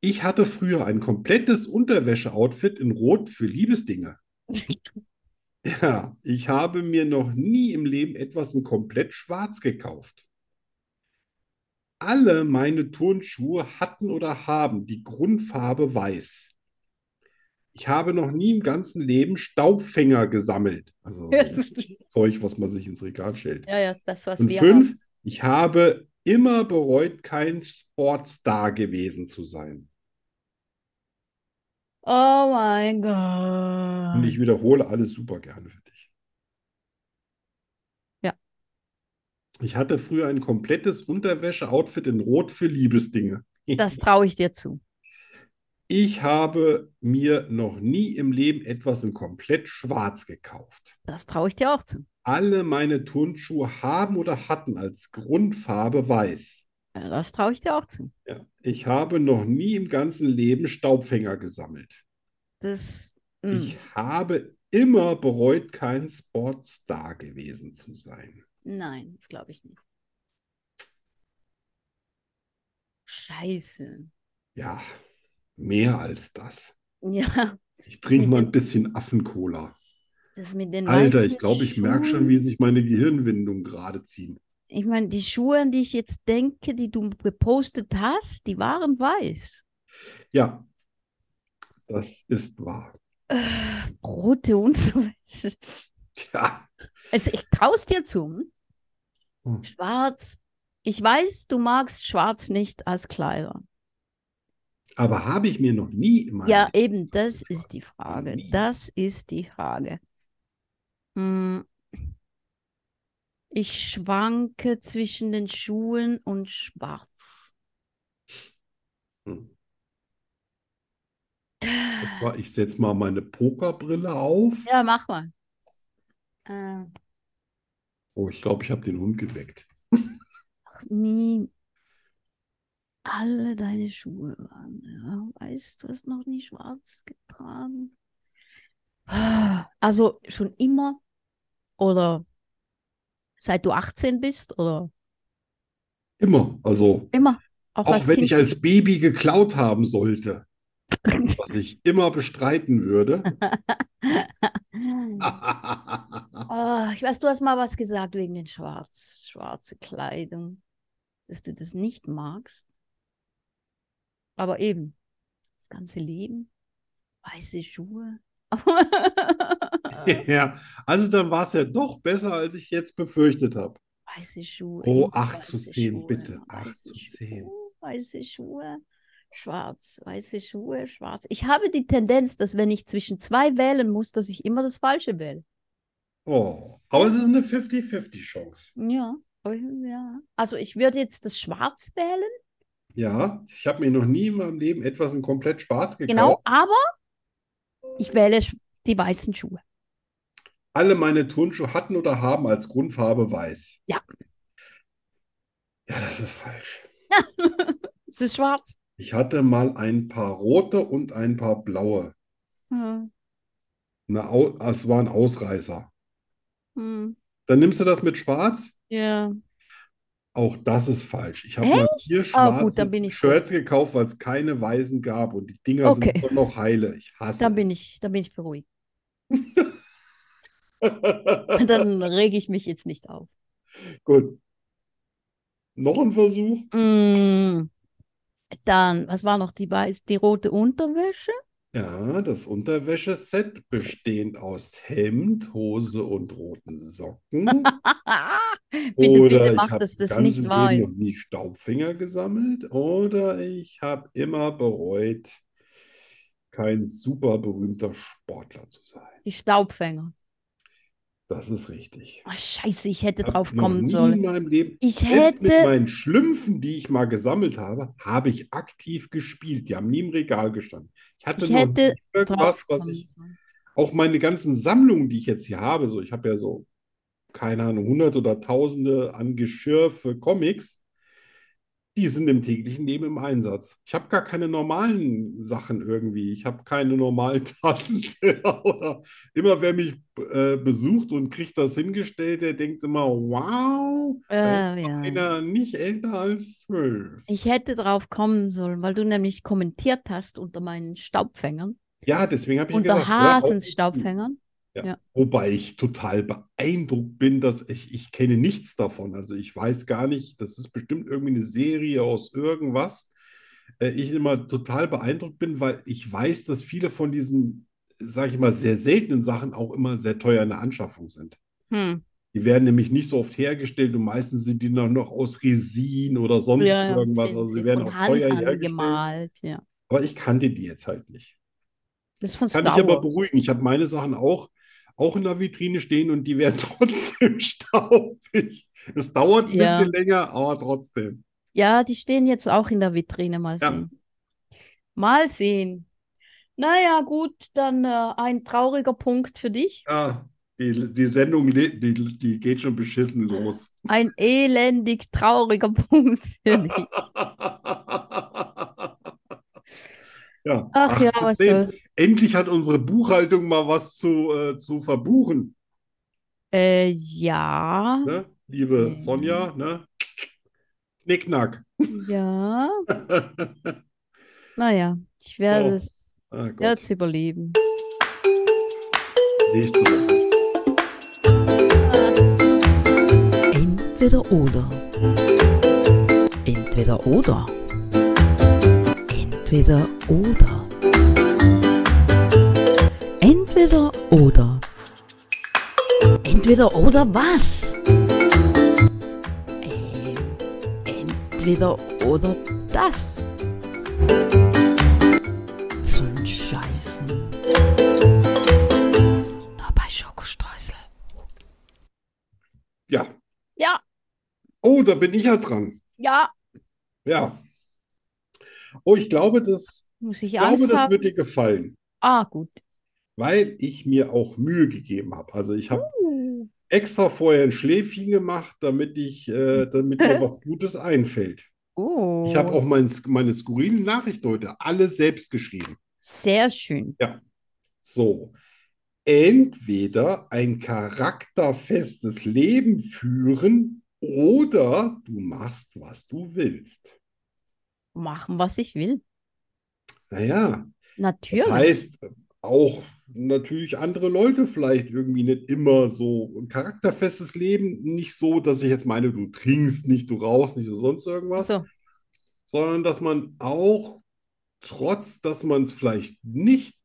B: ich hatte früher ein komplettes Unterwäsche-Outfit in Rot für Liebesdinge. Ja, ich habe mir noch nie im Leben etwas in komplett schwarz gekauft. Alle meine Turnschuhe hatten oder haben die Grundfarbe weiß. Ich habe noch nie im ganzen Leben Staubfänger gesammelt. Also so Zeug, was man sich ins Regal stellt.
A: Ja, ja, das, was
B: Und
A: wir
B: fünf,
A: haben.
B: ich habe immer bereut, kein Sportstar gewesen zu sein.
A: Oh mein
B: Und ich
A: Gott.
B: wiederhole alles super gerne für dich.
A: Ja.
B: Ich hatte früher ein komplettes Unterwäsche-Outfit in Rot für Liebesdinge.
A: Das traue ich dir zu.
B: Ich habe mir noch nie im Leben etwas in komplett schwarz gekauft.
A: Das traue ich dir auch zu.
B: Alle meine Turnschuhe haben oder hatten als Grundfarbe weiß.
A: Ja, das traue ich dir auch zu.
B: Ja. Ich habe noch nie im ganzen Leben Staubfänger gesammelt.
A: Das, mm.
B: Ich habe immer bereut, kein Sportstar gewesen zu sein.
A: Nein, das glaube ich nicht. Scheiße.
B: Ja, mehr als das.
A: Ja,
B: Ich trinke
A: mit
B: mal
A: dem-
B: ein bisschen Affencola.
A: das mit den
B: Alter, ich
A: weißen
B: glaube, ich merke schon,
A: Schuhen.
B: wie sich meine Gehirnwindungen gerade ziehen.
A: Ich meine, die Schuhe, an die ich jetzt denke, die du gepostet hast, die waren weiß.
B: Ja, das ist wahr.
A: Rote Unterwäsche.
B: Tja,
A: Also ich traue es dir zu. hm?
B: Hm.
A: Schwarz. Ich weiß, du magst schwarz nicht als Kleider.
B: aber habe ich mir noch nie in meinem
A: Ja,
B: Leben
A: eben,
B: das
A: das
B: ist
A: ist die
B: schwarz. Noch
A: Frage.
B: nie.
A: Das ist die Frage. Mm. Ich schwanke zwischen den Schuhen und Schwarz.
B: Hm. Jetzt war, ich setze mal meine Pokerbrille auf.
A: Ja, mach mal. Äh,
B: Oh, ich glaube, ich habe den Hund geweckt.
A: ach, nie. Alle deine Schuhe waren, ja. Weißt du, hast noch nie schwarz getragen. Also schon immer oder seit du 18 bist oder
B: Immer. Also,
A: immer. Auch,
B: auch
A: als
B: wenn
A: Kind.
B: ich als Baby geklaut haben sollte, was ich immer bestreiten würde.
C: Ah,
A: Oh, ich weiß, du hast mal was gesagt wegen den Schwarz, schwarze Kleidung, dass du das nicht magst. Aber eben, das ganze Leben, weiße Schuhe.
B: ja, also dann war es ja doch besser, als ich jetzt befürchtet habe.
A: weiße Schuhe.
B: Oh,
A: immer
B: acht zu
A: weiße
B: zehn,
A: Schuhe,
B: bitte,
A: immer
B: acht
A: weiße
B: zu
A: Schuhe,
B: zehn.
A: Weiße Schuhe, schwarz, weiße Schuhe, schwarz. Ich habe die Tendenz, dass wenn ich zwischen zwei wählen muss, dass ich immer das Falsche wähle.
B: Oh, aber es ist eine 50-50-Chance.
A: Ja, oh, ja. Also ich würde jetzt das Schwarz wählen,
B: Ja, ich habe mir noch nie in meinem Leben etwas in komplett schwarz
A: genau,
B: gekauft.
A: aber ich wähle sch- die weißen Schuhe.
B: Alle meine Turnschuhe hatten oder haben als Grundfarbe weiß.
A: Ja.
B: Ja, das ist falsch.
A: Es ist schwarz.
B: Ich hatte mal ein paar rote und ein paar blaue.
A: Hm,
B: Eine Au es waren Ausreißer.
A: hm,
B: Dann nimmst du das mit schwarz?
A: ja.
B: Auch das ist falsch. Ich habe mal vier
A: Ah,
B: schwarze
A: gut, dann bin ich
B: Shirts gekauft, weil es keine weißen gab und die Dinger sind
A: Okay.
B: immer noch heile. Ich hasse
A: Dann bin ich, dann bin ich beruhigt. Dann rege ich mich jetzt nicht auf.
B: Gut. Noch ein Versuch?
A: Mm, Dann, was war noch die weiß, die rote Unterwäsche?
B: Ja, das Unterwäscheset bestehend aus Hemd, Hose und roten Socken.
A: bitte,
B: Oder
A: bitte
B: ich
A: mach
B: habe
A: das,
B: im
A: das nicht
B: ganzen
A: wahr.
B: Leben
A: ist.
B: noch nie Staubfinger gesammelt. Oder ich habe immer bereut, kein super berühmter Sportler zu sein.
A: Die Staubfänger.
B: Das ist richtig.
A: Ah, scheiße, ich hätte
B: Hab
A: drauf
B: noch
A: kommen
B: nie in
A: sollen.
B: meinem Leben,
A: Ich
B: selbst mit
A: hätte
B: meinen Schlümpfen, die ich mal gesammelt habe, habe ich aktiv gespielt. Die haben nie im Regal gestanden. Ich hatte
A: Ich
B: noch nie
A: hätte
B: irgendwas,
A: drauf
B: was
A: kommen
B: ich,
A: sollen.
B: auch meine ganzen Sammlungen, die ich jetzt hier habe, so, ich habe ja so, keine Ahnung, hundert oder tausende an Geschirr für Comics, die sind im täglichen Leben im Einsatz. Ich habe gar keine normalen Sachen irgendwie. Ich habe keine normalen Tassen. oder immer wer mich äh, besucht und kriegt das hingestellt, der denkt immer, wow, da ist
A: Äh, ja.
B: einer nicht älter als zwölf.
A: Ich hätte drauf kommen sollen, weil du nämlich kommentiert hast unter meinen Staubfängern,
B: Ja, deswegen habe ich
A: unter
B: gesagt, hör auf.
A: Hasensstaubfängern.
B: Ja.
A: Ja.
B: Wobei ich total beeindruckt bin, dass ich, ich kenne nichts davon. Also ich weiß gar nicht, das ist bestimmt irgendwie eine Serie aus irgendwas. Äh, Ich immer total beeindruckt bin, weil ich weiß, dass viele von diesen, sage ich mal, sehr seltenen Sachen auch immer sehr teuer in der Anschaffung sind.
A: Hm.
B: Die werden nämlich nicht so oft hergestellt und meistens sind die dann noch aus Resin oder sonst
A: Ja, ja.
B: irgendwas.
A: Sind,
B: Also sie
A: sind
B: werden
A: von
B: auch
A: Hand
B: teuer hergestellt.
A: angemalt, ja.
B: Aber ich kannte die jetzt halt nicht.
A: Das ist von
B: Kann dich
A: Star
B: aber
A: Wars.
B: beruhigen. Ich habe meine Sachen auch, auch in der Vitrine stehen und die werden trotzdem staubig. Es dauert ein
A: Ja.
B: bisschen länger, aber trotzdem.
A: Ja, die stehen jetzt auch in der Vitrine. Mal
B: Ja.
A: sehen. Mal sehen. Naja, gut, dann äh, ein trauriger Punkt für dich.
B: Ja, die, die Sendung, le- die, die geht schon beschissen los.
A: Ein elendig trauriger Punkt für dich.
B: Ja,
A: Ach ja,
B: 8 zu
A: was
B: 10.
A: soll's.
B: Endlich hat unsere Buchhaltung mal was zu, äh, zu verbuchen,
A: Äh, ja.
B: ne? Liebe
A: Mhm. Nee.
B: Sonja, ne? Knickknack.
A: Ja.
B: Ah
A: Naja, ich werde
B: So.
A: es
B: Ah
A: werde
B: Gott,
A: es überleben.
B: nächste Woche.
C: Entweder oder. Entweder oder. Entweder oder. Entweder oder. Entweder oder was? Ähm, entweder oder das. Zum Scheißen. Nur bei Schokostreusel.
B: Oh, da bin ich ja dran.
A: Ja,
B: Ja. Oh, ich glaube, das,
A: muss ich
B: ich glaube,
A: Angst
B: das
A: haben?
B: wird dir gefallen,
A: Ah, gut.
B: weil ich mir auch Mühe gegeben habe. Also ich habe
A: Uh,
B: extra vorher ein Schläfchen gemacht, damit ich, äh, damit mir was Gutes einfällt. Ich habe
A: Oh,
B: auch mein, meine skurrilen Nachricht heute alle selbst geschrieben.
A: sehr schön.
B: So, entweder ein charakterfestes Leben führen oder du machst, was du willst.
A: Machen, was ich will.
B: Naja, das
A: Natürlich.
B: heißt auch natürlich andere Leute vielleicht irgendwie nicht immer so ein charakterfestes Leben, nicht so, dass ich jetzt meine, du trinkst nicht, du rauchst nicht oder sonst irgendwas,
A: Also,
B: sondern dass man auch, trotz dass man es vielleicht nicht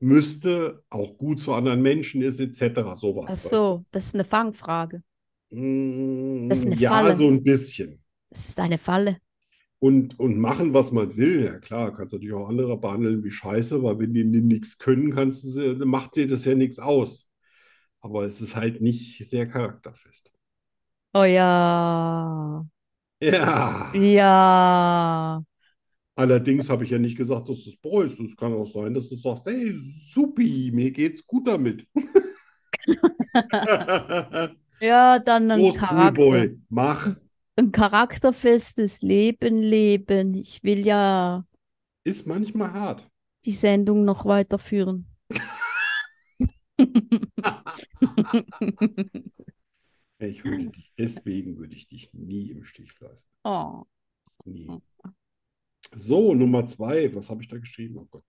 B: müsste, auch gut zu anderen Menschen ist, etc. Sowas.
A: ach
B: weißt du?
A: so, das ist eine Fangfrage. Das ist
B: Mm,
A: eine
B: Ja,
A: Falle.
B: so ein bisschen.
A: Das ist eine Falle.
B: Und, und machen, was man will. Ja, klar, kannst natürlich auch andere behandeln wie Scheiße, weil wenn die nichts können, kannst du sie, dann macht dir das ja nichts aus. Aber es ist halt nicht sehr charakterfest.
A: Oh ja.
B: Ja,
A: Ja.
B: allerdings habe ich ja nicht gesagt, dass du es bereust. Es kann auch sein, dass du sagst, hey, supi, mir geht's gut damit.
A: Ja, dann ein
B: Prost,
A: Charakter.
B: Poolboy, mach.
A: Ein charakterfestes Leben leben. Ich will ja
B: Ist manchmal hart.
A: die Sendung noch weiterführen.
B: Ich würde dich, deswegen würde ich dich nie im Stich lassen.
A: Oh.
B: Nie. So, Nummer zwei, was habe ich da geschrieben? Oh Gott.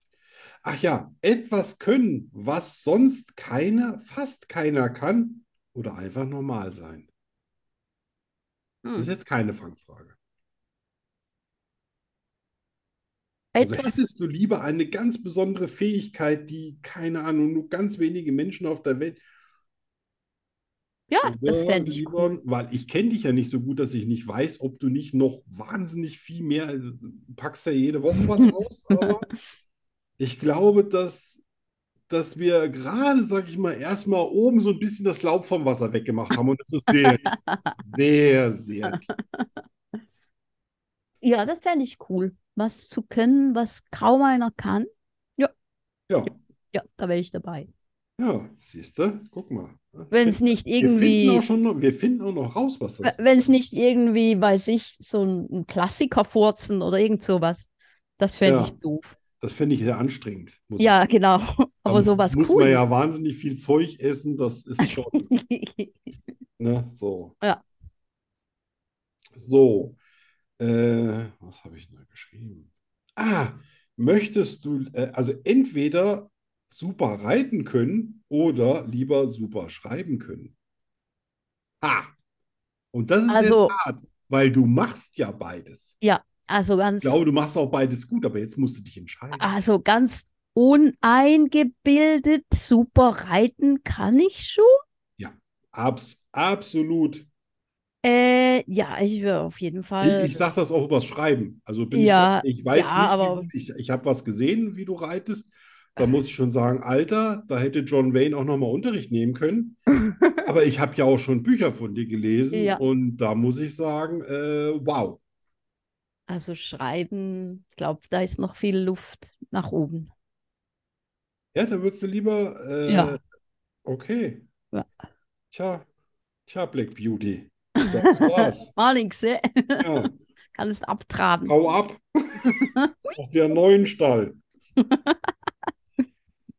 B: Ach ja, etwas können, was sonst keiner, fast keiner kann oder einfach normal sein. Das ist
A: Hm.
B: jetzt keine Fangfrage. Also
A: Etwas,
B: hättest du lieber eine ganz besondere Fähigkeit, die, keine Ahnung, nur ganz wenige Menschen auf der Welt
A: ja, Ah, das
B: oder
A: fände ich
B: lieber,
A: cool.
B: weil ich kenne dich ja nicht so gut, dass ich nicht weiß, ob du nicht noch wahnsinnig viel mehr, also du packst ja jede Woche was aus, aber ich glaube, dass, dass wir gerade, sag ich mal, erstmal oben so ein bisschen das Laub vom Wasser weggemacht haben und es ist sehr, sehr, sehr tief.
A: Ja, das fände ich cool. Was zu können, was kaum einer kann.
B: Ja,
A: Ja, da wäre ich dabei.
B: ja, siehst du, guck mal.
A: Wenn es nicht
B: wir finden
A: irgendwie,
B: auch schon noch, wir finden auch noch raus, was das ist.
A: wenn es nicht irgendwie, weiß ich, so ein, ein Klassiker furzen oder irgend sowas. Das fände
B: Ja.
A: ich doof.
B: Das fände ich sehr anstrengend. muss ich
A: Ja,
B: sagen.
A: genau. Aber
B: Da
A: sowas
B: muss man ja
A: Cooles.
B: wahnsinnig viel Zeug essen, das ist schon, ne, so.
A: Ja.
B: So, äh, was habe ich denn da geschrieben? Ah, möchtest du, äh, also entweder super reiten können oder lieber super schreiben können. Ah, und das ist jetzt
A: Also,
B: hart, weil du machst ja beides.
A: also
B: Ich
A: ganz,
B: glaube, du machst auch beides gut, aber jetzt musst du dich entscheiden.
A: also ganz uneingebildet super reiten kann ich schon.
B: Abs absolut.
A: Äh, ja, ich will auf jeden
B: Ich,
A: Fall.
B: ich sage das auch übers Schreiben. Also bin ich
A: Ja,
B: ehrlich, ich weiß
A: ja,
B: nicht,
A: aber-
B: wie du, ich, ich habe was gesehen, wie du reitest. Da muss ich schon sagen, Alter, da hätte John Wayne auch nochmal Unterricht nehmen können. Aber ich habe ja auch schon Bücher von dir gelesen
A: Ja.
B: und da muss ich sagen, äh, wow.
A: Also schreiben, ich glaube, da ist noch viel Luft nach oben.
B: Ja, da würdest du lieber, äh,
A: Ja.
B: okay.
A: Ja.
B: Tja, tja, Black Beauty. Das war's.
A: War nix, eh?
B: Ja,
A: Kannst abtraben.
B: hau ab. Auf der neuen Stall.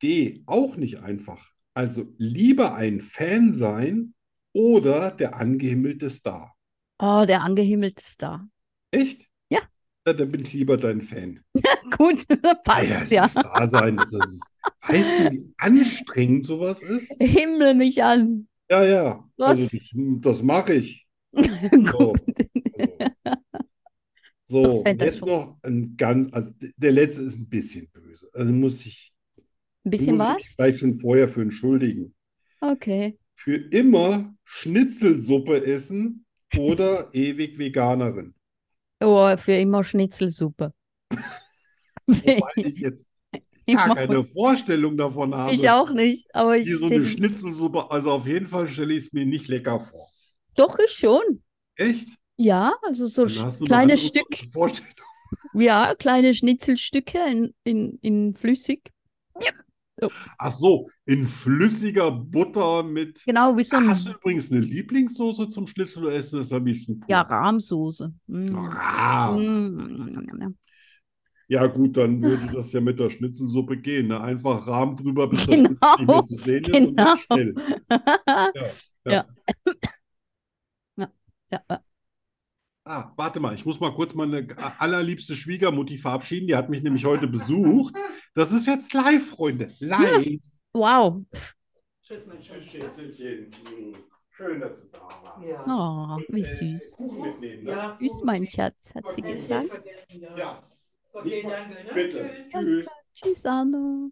B: D, auch nicht einfach. Also lieber ein Fan sein oder der angehimmelte Star.
A: Oh, der angehimmelte Star.
B: Echt?
A: Ja.
B: Ja, dann bin ich lieber dein Fan.
A: Gut, passt ja.
B: Eierlich Star sein, das ist, weißt du, wie anstrengend sowas ist?
A: Himmel mich an.
B: Ja, ja. Also
A: Was?
B: das, das mache ich. So.
A: Gut.
B: So,
A: Doch, wenn das
B: jetzt
A: schon-
B: noch ein ganz, also d- der letzte ist ein bisschen böse. Also muss ich,
A: Ein bisschen
B: muss ich mich
A: was?
B: vielleicht schon vorher für entschuldigen.
A: Okay.
B: Für immer Schnitzelsuppe essen oder ewig Veganerin.
A: Oh, für immer Schnitzelsuppe. Für
B: Weil ich jetzt gar
A: immer.
B: keine Vorstellung davon habe,
A: Ich auch nicht, aber ich
B: wie so
A: sehe
B: eine
A: das.
B: Schnitzelsuppe. Also auf jeden Fall stelle ich es mir nicht lecker vor.
A: Doch, ich schon.
B: Echt?
A: Ja, also so
B: Dann hast du eine
A: kleine
B: andere
A: Stück,
B: Vorstellung.
A: ja, kleine Schnitzelstücke in, in, in flüssig.
B: Ach so, in flüssiger Butter mit.
A: Genau, wie so ein
B: Ah, Hast du übrigens eine Lieblingssoße zum Schnitzel oder essen das am liebsten pur?
A: ja, Rahmsoße. Mm.
B: Ah.
A: Mm.
B: Ja, gut, dann würde das ja mit der Schnitzelsuppe gehen. Ne? Einfach Rahmen drüber, bis das
A: Genau,
B: Schnitzel nicht mehr zu sehen ist und
A: genau.
B: dann schnell.
A: Ja, ja.
B: Ah, warte mal, ich muss mal kurz meine allerliebste Schwiegermutti verabschieden. Die hat mich nämlich heute besucht. Das ist jetzt live, Freunde. Live.
A: wow.
B: Tschüss, mein Schätzelchen. Schön, dass du da warst.
A: Oh, wie süß.
B: Kuchen mitnehmen, ne?
A: Süß, mein Schatz, hat sie gesagt.
B: Ja.
D: Okay, danke. Ne?
B: Bitte.
D: Tschüss.
B: Tschüss.
A: Tschüss, Anna.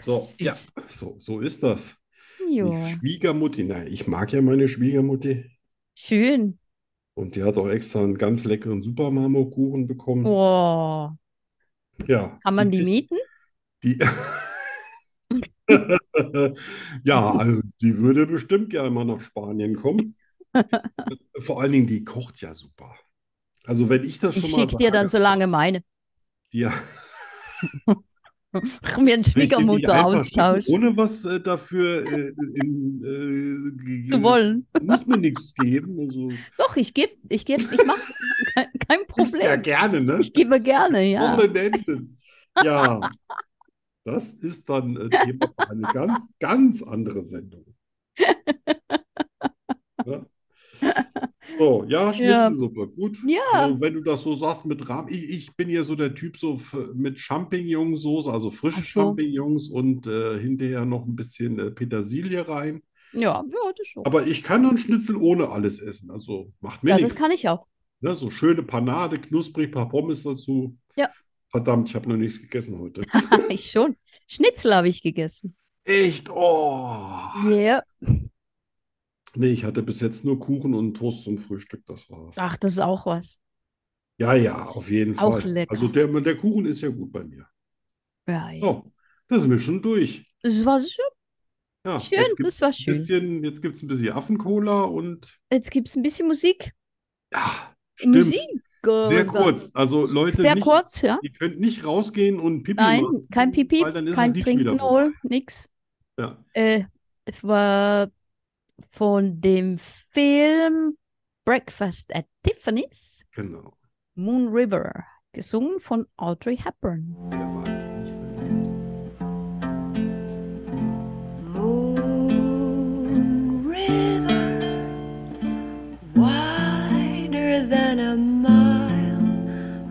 B: So, ja, so, so ist das. Die
A: Jo.
B: Schwiegermutti, na, ich mag ja meine Schwiegermutti.
A: Schön.
B: Und die hat auch extra einen ganz leckeren Super-Marmorkuchen bekommen.
A: Oh.
B: Ja,
A: Kann man die
B: kriegt-
A: mieten?
B: Die ja, also die würde bestimmt gerne mal nach Spanien kommen. Vor allen Dingen, die kocht ja super. Also wenn ich das
A: Ich
B: schon mal
A: schicke dir dann so
B: sage,
A: lange meine.
B: die,
A: Mir einen
B: wenn ich dir die
A: Schwiegermutter
B: einfach schicke,
A: austauschen
B: ohne was äh, dafür äh, in, äh, ge-
A: zu wollen.
B: muss mir nichts geben. Also
A: Doch, ich gebe, ich gebe, ich mache kein, kein
B: gibst ja
A: Problem.
B: gerne, ne?
A: Ich gebe gerne, ja.
B: Wochenende. Ja, das ist dann äh, Thema für eine ganz, ganz andere Sendung. Ne? So, ja, Schnitzelsuppe, gut.
A: Ja.
B: Also, wenn du das so sagst mit Rahmen, ich, ich bin ja so der Typ so f- mit Champignonsoße, also frische
A: Ach so.
B: Champignons und äh, hinterher noch ein bisschen äh, Petersilie rein.
A: Ja, ja, das schon.
B: Aber ich kann dann Schnitzel ohne alles essen, also macht mir
A: Ja, das
B: nichts.
A: kann ich auch.
B: Ne, so schöne Panade, knusprig, paar Pommes dazu.
A: Ja.
B: Verdammt, ich habe noch nichts gegessen heute.
A: Ich schon. Schnitzel habe ich gegessen.
B: Echt? Oh.
A: Ja.
B: Nee, ich hatte bis jetzt nur Kuchen und Toast zum Frühstück, das war's.
A: Ach, das ist auch was.
B: Ja, ja, auf jeden
A: Auch
B: Fall.
A: lecker.
B: Also der, der Kuchen ist ja gut bei mir.
A: Ja, ja.
B: So, da sind wir schon durch.
A: Das war schön.
B: Ja,
A: Schön,
B: jetzt
A: das
B: gibt's
A: war
B: ein
A: schön.
B: Bisschen, jetzt gibt es ein bisschen Affencola und
A: Jetzt gibt es ein bisschen Musik.
B: ja, stimmt.
A: Musik. äh,
B: Sehr
A: da-
B: kurz. Also Leute,
A: Sehr
B: nicht,
A: kurz, ja.
B: ihr könnt nicht rausgehen und Pipi
A: Nein,
B: machen,
A: kein Pipi,
B: weil dann ist
A: kein
B: das Lied schon wieder
A: Trinken
B: vorbei.
A: holen, nix.
B: Ja.
A: Äh, es war von dem Film Breakfast at Tiffany's,
B: Genau.
A: Moon River, gesungen von Audrey Hepburn.
B: Der war nicht verkehrt.
E: Moon River, wider than a mile.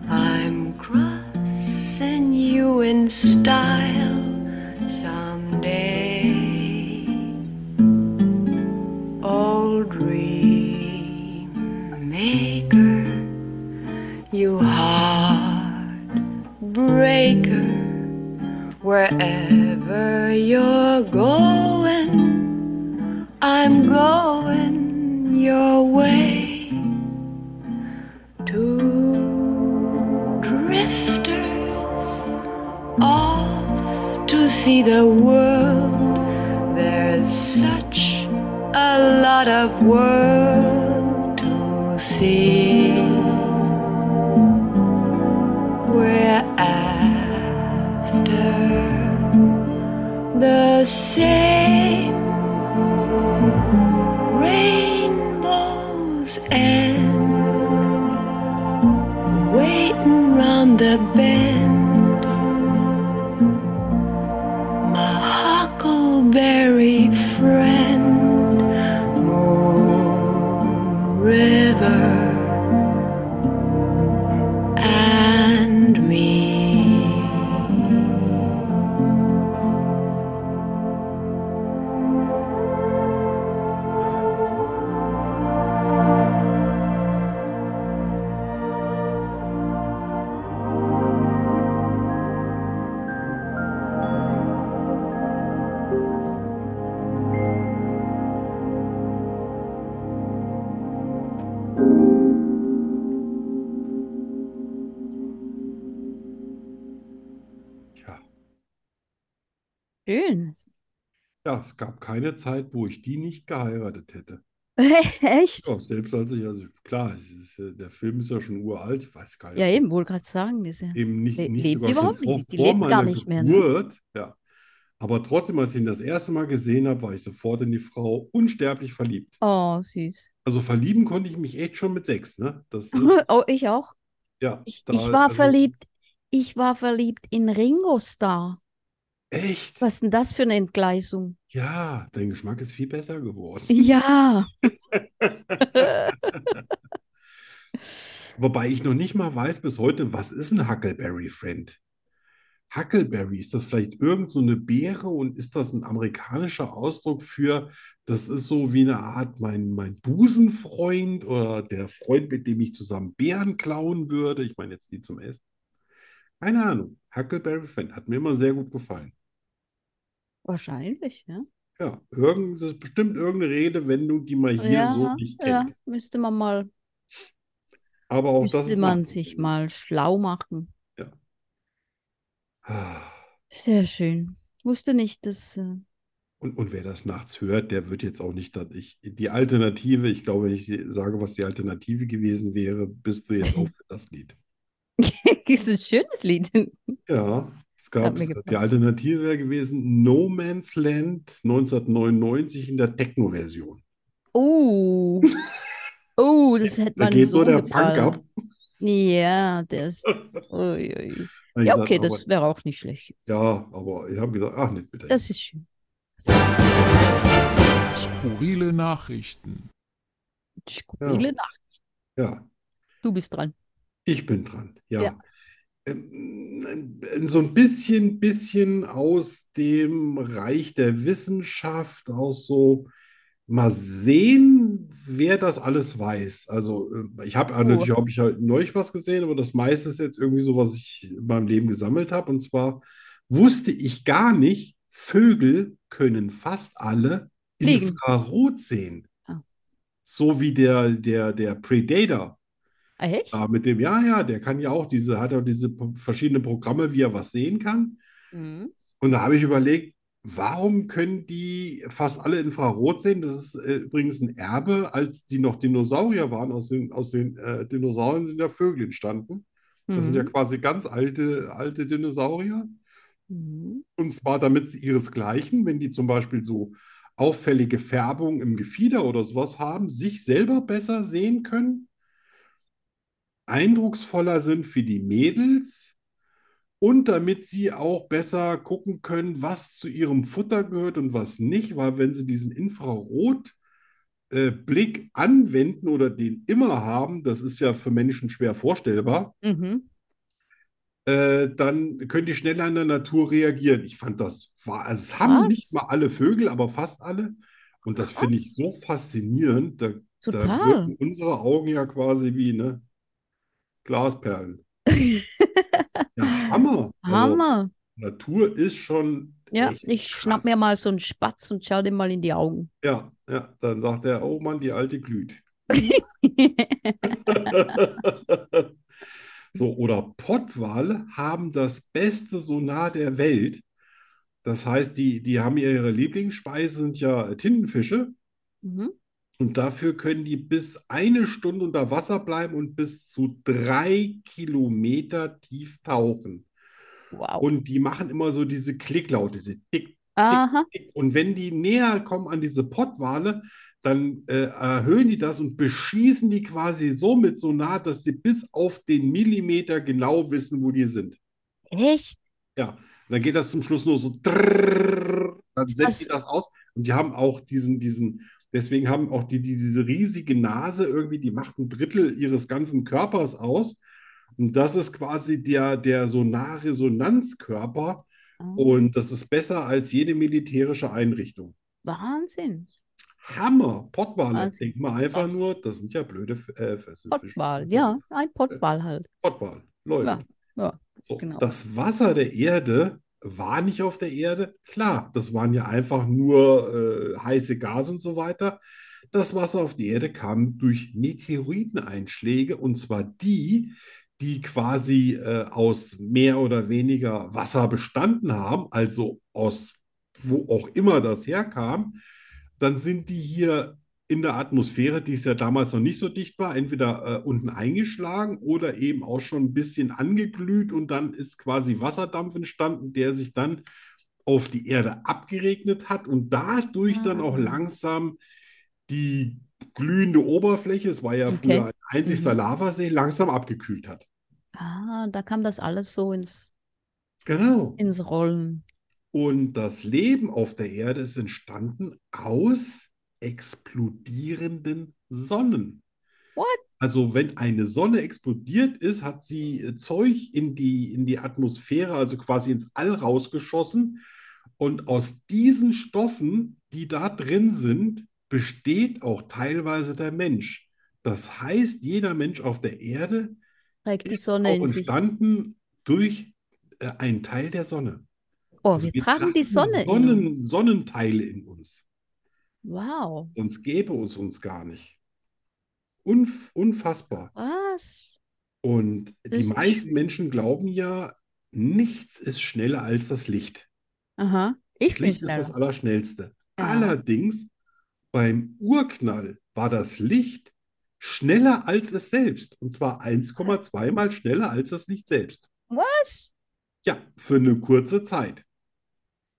E: I'm crossing you in style someday. Old dream maker, you heart breaker. Wherever you're going, I'm going your way to drifters off to see the world. There's such a lot of world to see. We're after the same rainbows and waiting round the bend. My huckleberry friend, Moon River and me.
B: Tja.
A: Schön.
B: Ja, es gab keine Zeit, wo ich die nicht geheiratet hätte.
A: Echt?
B: Ja, selbst als ich, also klar, es ist, äh, der Film ist ja schon uralt, ich weiß gar nicht.
A: Ja, eben, wollte gerade sagen. Das ist ja
B: Eben nicht,
A: Le-
B: nicht
A: lebt
B: sogar
A: die
B: schon
A: überhaupt
B: vor,
A: nicht? Die
B: vor
A: lebt gar
B: meiner
A: nicht mehr, ne?
B: Geburt. Ja. Aber trotzdem, als ich ihn das erste Mal gesehen habe, war ich sofort in die Frau unsterblich verliebt.
A: oh, süß.
B: Also verlieben konnte ich mich echt schon mit sechs, ne? Das ist,
A: Oh, ich auch.
B: ja,
A: Ich,
B: da,
A: ich war
B: also,
A: verliebt. Ich war verliebt in Ringo Starr.
B: Echt?
A: Was ist denn das für eine Entgleisung?
B: Ja, dein Geschmack ist viel besser geworden.
A: Ja.
B: Wobei ich noch nicht mal weiß bis heute, was ist ein Huckleberry Friend? Huckleberry, ist das vielleicht irgend so eine Beere und ist das ein amerikanischer Ausdruck für, das ist so wie eine Art mein, mein Busenfreund oder der Freund, mit dem ich zusammen Beeren klauen würde? Ich meine jetzt die zum Essen. Keine Ahnung. Huckleberry Friend hat mir immer sehr gut gefallen.
A: Wahrscheinlich, ja.
B: Ja, irgend, das ist bestimmt irgendeine Redewendung, die man hier so
A: Ja,
B: nicht
A: ja,
B: kennt.
A: müsste man mal,
B: Aber auch das
A: müsste
B: ist
A: man sich
B: nachvollziehbar.
A: mal schlau machen.
B: Ah.
A: Sehr schön. Wusste nicht, dass. Äh,
B: Und, und wer das nachts hört, der wird jetzt auch nicht, dass ich die Alternative, ich glaube, wenn ich dir sage, was die Alternative gewesen wäre, bist du jetzt auch für das Lied.
A: ist ein schönes Lied.
B: Ja, es gab,
A: Hat mir
B: es, die
A: gefallen.
B: Alternative wäre gewesen No Man's Land 1999 in der Techno-Version.
A: Oh. Oh, das hätte
B: Da
A: man
B: geht so
A: so
B: der Punk
A: gefallen.
B: ab.
A: Ja, der ist. Ui, ui.
B: Und ich
A: Ja,
B: sag,
A: okay,
B: aber,
A: das wäre auch nicht schlecht.
B: ja, aber ich habe gesagt, ach, nicht bitte.
A: Das ist schön.
D: Skurrile Nachrichten.
A: Skurrile
B: Ja.
A: Nacht.
B: Ja,
A: Du bist dran.
B: ich bin dran. Ja.
A: Ja.
B: Ähm, So ein bisschen, bisschen aus dem Reich der Wissenschaft, aus so mal sehen, wer das alles weiß. Also äh, ich habe
A: Oh.
B: natürlich hab ich halt neulich was gesehen, aber das meiste ist jetzt irgendwie so, was ich in meinem Leben gesammelt habe. Und zwar wusste ich gar nicht, Vögel können fast alle
A: Fliegen.
B: Infrarot sehen.
A: Ah.
B: So wie der, der, der Predator.
A: Ah, Echt?
B: Ja, mit dem, ja, ja, der kann ja auch diese, hat ja diese p- verschiedenen Programme, wie er was sehen kann.
A: Mhm.
B: Und da habe ich überlegt, warum können die fast alle Infrarot sehen? Das ist äh, übrigens ein Erbe, als die noch Dinosaurier waren. Aus den, aus den äh, Dinosauriern sind ja Vögel entstanden. Das sind ja
A: Mhm.
B: quasi ganz alte, alte Dinosaurier.
A: Mhm.
B: Und zwar damit sie ihresgleichen, wenn die zum Beispiel so auffällige Färbung im Gefieder oder sowas haben, sich selber besser sehen können, eindrucksvoller sind für die Mädels und damit sie auch besser gucken können, was zu ihrem Futter gehört und was nicht, weil wenn sie diesen Infrarot äh, Blick anwenden oder den immer haben, das ist ja für Menschen schwer vorstellbar,
A: Mhm.
B: äh, dann können die schneller in der Natur reagieren. Ich fand das war, also es haben
A: Was?
B: nicht mal alle Vögel, aber fast alle. Und das finde ich
A: Krass.
B: so faszinierend. Da, da
A: Total.
B: wirken unsere Augen ja quasi wie ne, Glasperlen. Ja, Hammer. Also,
A: Hammer.
B: Natur ist schon
A: Ja,
B: echt
A: ich schnapp mir
B: krass.
A: mal so einen Spatz und schau dem mal in die Augen.
B: Ja, ja, dann sagt er, oh Mann, die alte glüht. So, oder Pottwale haben das beste Sonar der Welt. Das heißt, die, die haben ihre Lieblingsspeise, sind ja Tintenfische.
A: Mhm.
B: Und dafür können die bis eine Stunde unter Wasser bleiben und bis zu drei Kilometer tief tauchen.
A: Wow.
B: Und die machen immer so diese Klicklaute, diese Tick,
A: Aha.
B: Tick. Und wenn die näher kommen an diese Pottwale, dann äh, erhöhen die das und beschießen die quasi so mit so nah, dass sie bis auf den Millimeter genau wissen, wo die sind.
A: Echt?
B: Ja, und dann geht das zum Schluss nur so. drrrr, Dann
A: Ist
B: setzt die
A: das-
B: das aus und die haben auch diesen, diesen, deswegen haben auch die, die diese riesige Nase irgendwie, die macht ein Drittel ihres ganzen Körpers aus. Und das ist quasi der, der Sonarresonanzkörper
A: Ah,
B: und das ist besser als jede militärische Einrichtung.
A: Wahnsinn.
B: Hammer, Pottwale,
A: Wahnsinn,
B: denk mal einfach
A: krass.
B: nur, das sind ja blöde F- äh, Fische.
A: Also, Pottwal. Ja, ein Pottwal halt.
B: Pottwal, läuft.
A: Ja, ja,
B: So,
A: genau.
B: das Wasser der Erde war nicht auf der Erde. Klar, das waren ja einfach nur äh, heiße Gase und so weiter. Das Wasser auf die Erde kam durch Meteoriteneinschläge und zwar die, die quasi äh, aus mehr oder weniger Wasser bestanden haben, also aus wo auch immer das herkam. Dann sind die hier in der Atmosphäre, die ist ja damals noch nicht so dicht war, entweder äh, unten eingeschlagen oder eben auch schon ein bisschen angeglüht und dann ist quasi Wasserdampf entstanden, der sich dann auf die Erde abgeregnet hat und dadurch dann
A: Ah.
B: auch langsam die glühende Oberfläche, es war ja
A: Okay.
B: früher ein einzigster
A: Mhm.
B: Lavasee, langsam abgekühlt hat.
A: Ah, da kam das alles so ins,
B: Genau.
A: ins Rollen.
B: Und das Leben auf der Erde ist entstanden aus explodierenden Sonnen.
A: What?
B: Also wenn eine Sonne explodiert ist, hat sie äh, Zeug in die, in die Atmosphäre, also quasi ins All rausgeschossen. Und aus diesen Stoffen, die da drin sind, besteht auch teilweise der Mensch. Das heißt, jeder Mensch auf der Erde
A: Trägt die
B: ist
A: Sonne
B: auch
A: in sich.
B: entstanden durch äh, einen Teil der Sonne.
A: Oh,
B: Also
A: wir tragen die Sonne in
B: Sonnen,
A: uns.
B: Sonnenteile in uns.
A: Wow,
B: Sonst gäbe es uns gar nicht. Unf unfassbar.
A: was?
B: Und
A: Das
B: die
A: ist
B: meisten
A: schön.
B: Menschen glauben ja, nichts ist schneller als das Licht.
A: Aha, ich
B: Das
A: bin
B: Licht ist das
A: schneller.
B: Allerschnellste.
A: Ja.
B: Allerdings, beim Urknall war das Licht schneller als es selbst. Und zwar 1,2 mal schneller als das Licht selbst.
A: Was?
B: Ja, für eine kurze Zeit.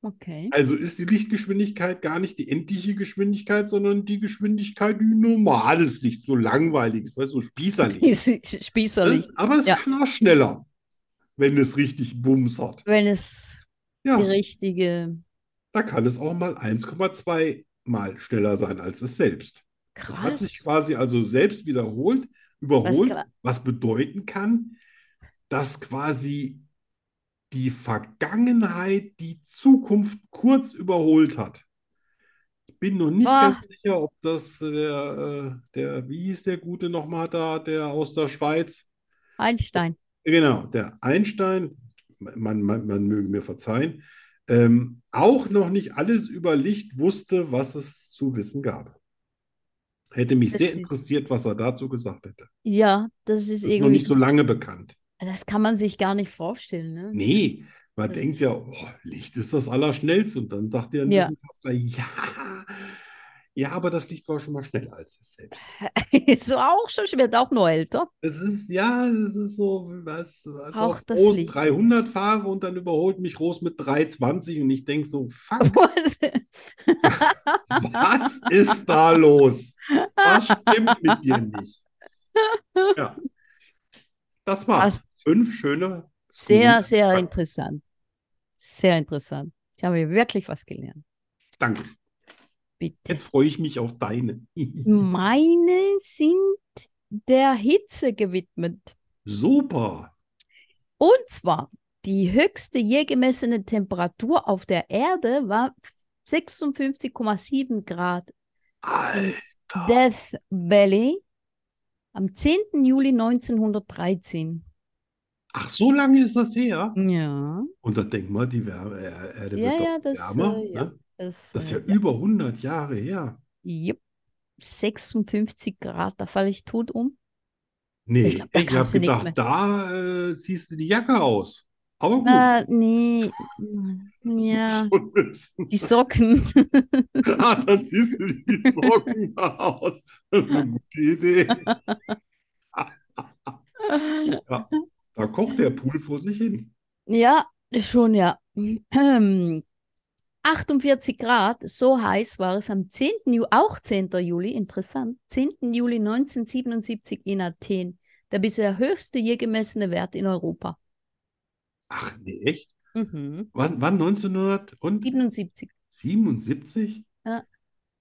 A: Okay.
B: Also ist die Lichtgeschwindigkeit gar nicht die endliche Geschwindigkeit, sondern die Geschwindigkeit, die normales Licht, so langweiliges, weißt du, so spießerlich.
A: Diese Spießerlicht.
B: Ne? Aber es
A: Ja.
B: kann auch schneller, wenn es richtig Bums hat.
A: Wenn es die
B: Ja,
A: richtige.
B: da kann es auch mal 1,2 mal schneller sein als es selbst. Es hat sich
A: Krass.
B: quasi also selbst wiederholt, überholt,
A: Was gra-
B: was bedeuten kann, dass quasi die Vergangenheit die Zukunft kurz überholt hat. Ich bin noch nicht
A: Boah.
B: ganz sicher, ob das äh, der, äh, der, wie hieß der Gute nochmal da, der aus der Schweiz?
A: Einstein.
B: Genau, der Einstein, man, man, man möge mir verzeihen, ähm, auch noch nicht alles über Licht wusste, was es zu wissen gab. Hätte mich
A: Das
B: sehr
A: ist-
B: interessiert, was er dazu gesagt hätte.
A: Ja, das ist
B: Das ist noch
A: irgendwie.
B: nicht so lange bekannt.
A: Das kann man sich gar nicht vorstellen, ne?
B: Nee, man
A: Das
B: denkt
A: ist-
B: ja, oh, Licht ist das Allerschnellste. Und dann sagt der ein
A: Ja.
B: Wissenschaftler, ja, ja, aber das Licht war schon mal schneller als es selbst.
A: ist so auch schon, schon- wird auch nur älter.
B: Es ist, ja, es ist so, was, als
A: Auch
B: ob
A: das
B: Roos
A: Licht.
B: 300 fahre und dann überholt mich Roos mit 320 und ich denke so, fuck, was ist da los? Was stimmt mit dir nicht? Ja, das war's.
A: Was?
B: Fünf schöne,
A: Sehr, sehr interessant. Sehr interessant. Ich habe hier wirklich was gelernt.
B: danke.
A: Bitte.
B: Jetzt freue ich mich auf deine.
A: Meine sind der Hitze gewidmet.
B: Super.
A: Und zwar, die höchste je gemessene Temperatur auf der Erde war 56,7 Grad
B: Alter.
A: Death Valley am 10. Juli 1913.
B: Ach, so lange ist das her.
A: Ja,
B: Und dann denk mal, die Wärme, Er- Erde
A: Ja,
B: wird doch
A: ja, das,
B: wärmer,
A: äh, ja.
B: ne?
A: das,
B: Das ist ja
A: äh,
B: über 100 Jahre her.
A: Jupp. 56 Grad, da falle ich tot um.
B: Nee,
A: Ich glaub, da
B: ich
A: kannst
B: hab
A: du nichts
B: gedacht, da äh, ziehst du die Jacke aus. Aber gut,
A: Na, nee.
B: das ist
A: Ja,
B: schon wissen.
A: die Socken.
B: Ah, dann ziehst du die Socken aus. Das ist eine gute Idee. Ja, da kocht der Pool vor sich hin.
A: Ja, schon ja. 48 Grad, so heiß war es am 10. Juli, auch 10. Juli, interessant, 10. Juli 1977 in Athen. Der bisher höchste je gemessene Wert in Europa.
B: Ach nee, echt?
A: Mhm.
B: Wann, wann 1900 und?
A: 77.
B: 77?
A: Ja.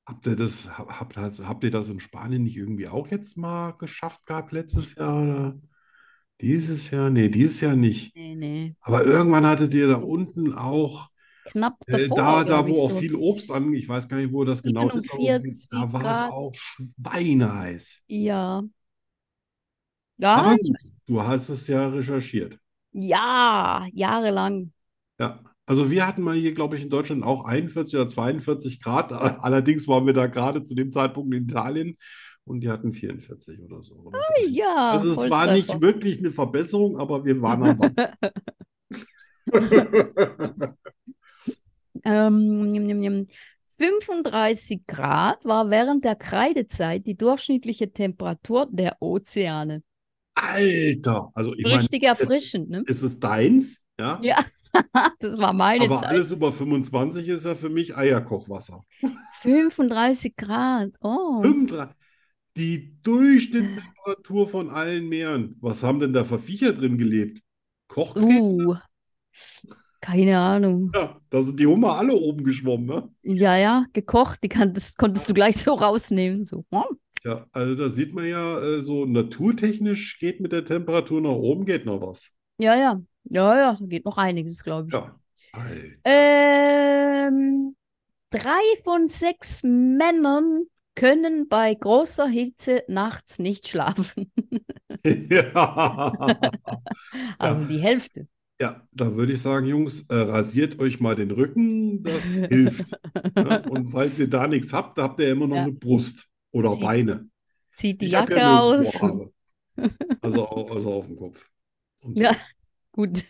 B: Habt ihr das, hab- habt, das- habt ihr das in Spanien nicht irgendwie auch jetzt mal geschafft gehabt letztes Jahr oder dieses Jahr? Nee, dieses Jahr nicht.
A: Nee, nee.
B: Aber irgendwann hattet ihr da unten auch,
A: Knapp
B: äh,
A: davor,
B: da, da
A: glaub ich,
B: wo auch
A: so.
B: viel Obst an, ich weiß gar nicht, wo das genau ist, aber auf jeden-
A: 47
B: da war es
A: Grad.
B: auch schweineheiß.
A: Ja.
B: Aber
A: Ja,
B: gut, du hast es ja recherchiert.
A: ja, jahrelang.
B: Ja, also wir hatten mal hier, glaube ich, in Deutschland auch 41 oder 42 Grad. Allerdings waren wir da gerade zu dem Zeitpunkt in Italien und die hatten 44 oder so. Oder drei.
A: Ah, Ja,
B: Also es war nicht
A: Volltreffer.
B: wirklich eine Verbesserung, aber wir waren am Wasser.
A: Ähm, nimm, nimm, nimm. 35 Grad war während der Kreidezeit die durchschnittliche Temperatur der Ozeane.
B: Alter! Also ich meine,
A: Richtig erfrischend, ne?
B: ist es deins? Ja.
A: Ja, das war meine
B: Aber
A: Zeit.
B: alles über 25 ist ja für mich Eierkochwasser.
A: 35 Grad. Oh.
B: 35. Die Durchschnittstemperatur von allen Meeren. Was haben denn da für Viecher drin gelebt? Kochkrebse?
A: Uh. Keine Ahnung.
B: Ja, da sind die Hummer alle oben geschwommen, ne?
A: Ja, ja, gekocht. Die kann, das konntest du gleich so rausnehmen. So. hm.
B: Ja, also da sieht man ja, äh, so naturtechnisch geht mit der Temperatur nach oben, geht noch was.
A: Ja, ja. Ja, ja. Geht noch einiges, glaube ich.
B: Ja. Alter.
A: Ähm, drei von sechs Männern können bei großer Hitze nachts nicht schlafen.
B: Ja.
A: Also die Hälfte.
B: Ja, da würde ich sagen, Jungs, äh, rasiert euch mal den Rücken, das hilft. Ne? Und falls ihr da nichts habt, da habt ihr immer noch
A: Ja.
B: eine Brust oder
A: Sie-
B: Beine.
A: Zieht die
B: Ich hab
A: Jacke
B: ja nur
A: aus.
B: Vorhaare. Also, au- also auf dem Kopf. Und so.
A: Ja, gut.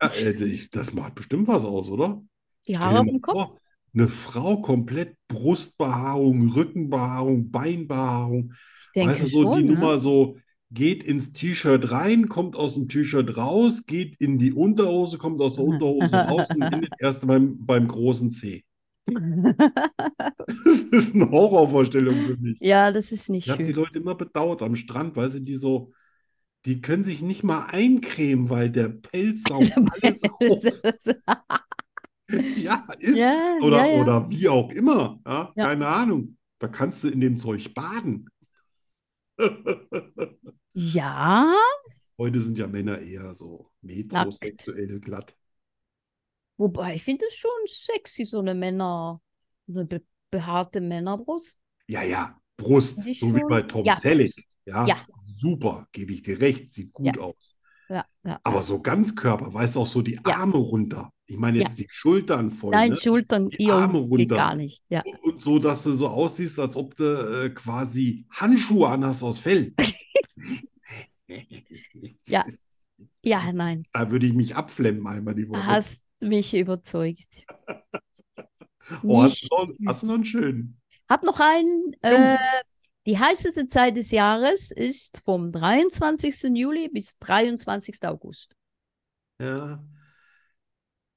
B: Ja, äh, ich, das macht bestimmt was aus, oder?
A: Die
B: Stell dir
A: Haare auf
B: mal
A: dem Kopf.
B: vor, eine Frau komplett Brustbehaarung, Rückenbehaarung, Beinbehaarung.
A: Ich denke
B: weißt du, so die
A: schon, ne?
B: Nummer so, geht ins T-Shirt rein, kommt aus dem T-Shirt raus, geht in die Unterhose, kommt aus der
A: Mhm.
B: Unterhose raus und endet erst beim, beim großen C. Das ist eine Horrorvorstellung für mich.
A: Ja, das ist nicht
B: Ich habe die
A: schön.
B: Leute immer bedauert am Strand, weißt du, die so, die können sich nicht mal eincremen, weil der Pelz saugt alles auf. Ja, ist
A: ja, ja,
B: oder,
A: ja.
B: oder wie auch immer. Ja?
A: Ja.
B: Keine Ahnung. Da kannst du in dem Zeug baden.
A: ja,
B: Heute sind ja Männer eher so metrosexuell glatt.
A: wobei ich finde es schon sexy, so eine Männer, so eine be behaarte Männerbrust.
B: Ja, ja, Brust,
A: Finde ich
B: so wie
A: schon.
B: bei Tom
A: Ja,
B: Selleck. Ja,
A: Ja.
B: super, gebe ich dir recht, sieht gut aus.
A: Ja, ja.
B: Aber so Ganzkörper, weißt du, auch so die
A: Ja.
B: Arme runter. Ich meine
A: Ja.
B: jetzt die Schultern voll,
A: Nein,
B: ne?
A: Schultern,
B: Die
A: ihr
B: Arme
A: geht
B: runter.
A: gar nicht. Ja.
B: Und so, dass du so aussiehst, als ob du äh, quasi Handschuhe anhast aus Fell.
A: Ja. ja, nein,
B: Da würde ich mich abflemmen einmal die Woche.
A: hast mich überzeugt.
B: oh, hast,
A: Mich-
B: du noch, hast du noch einen schönen?
A: Hab noch einen. Äh, die heißeste Zeit des Jahres ist vom 23. Juli bis 23. August.
B: Ja.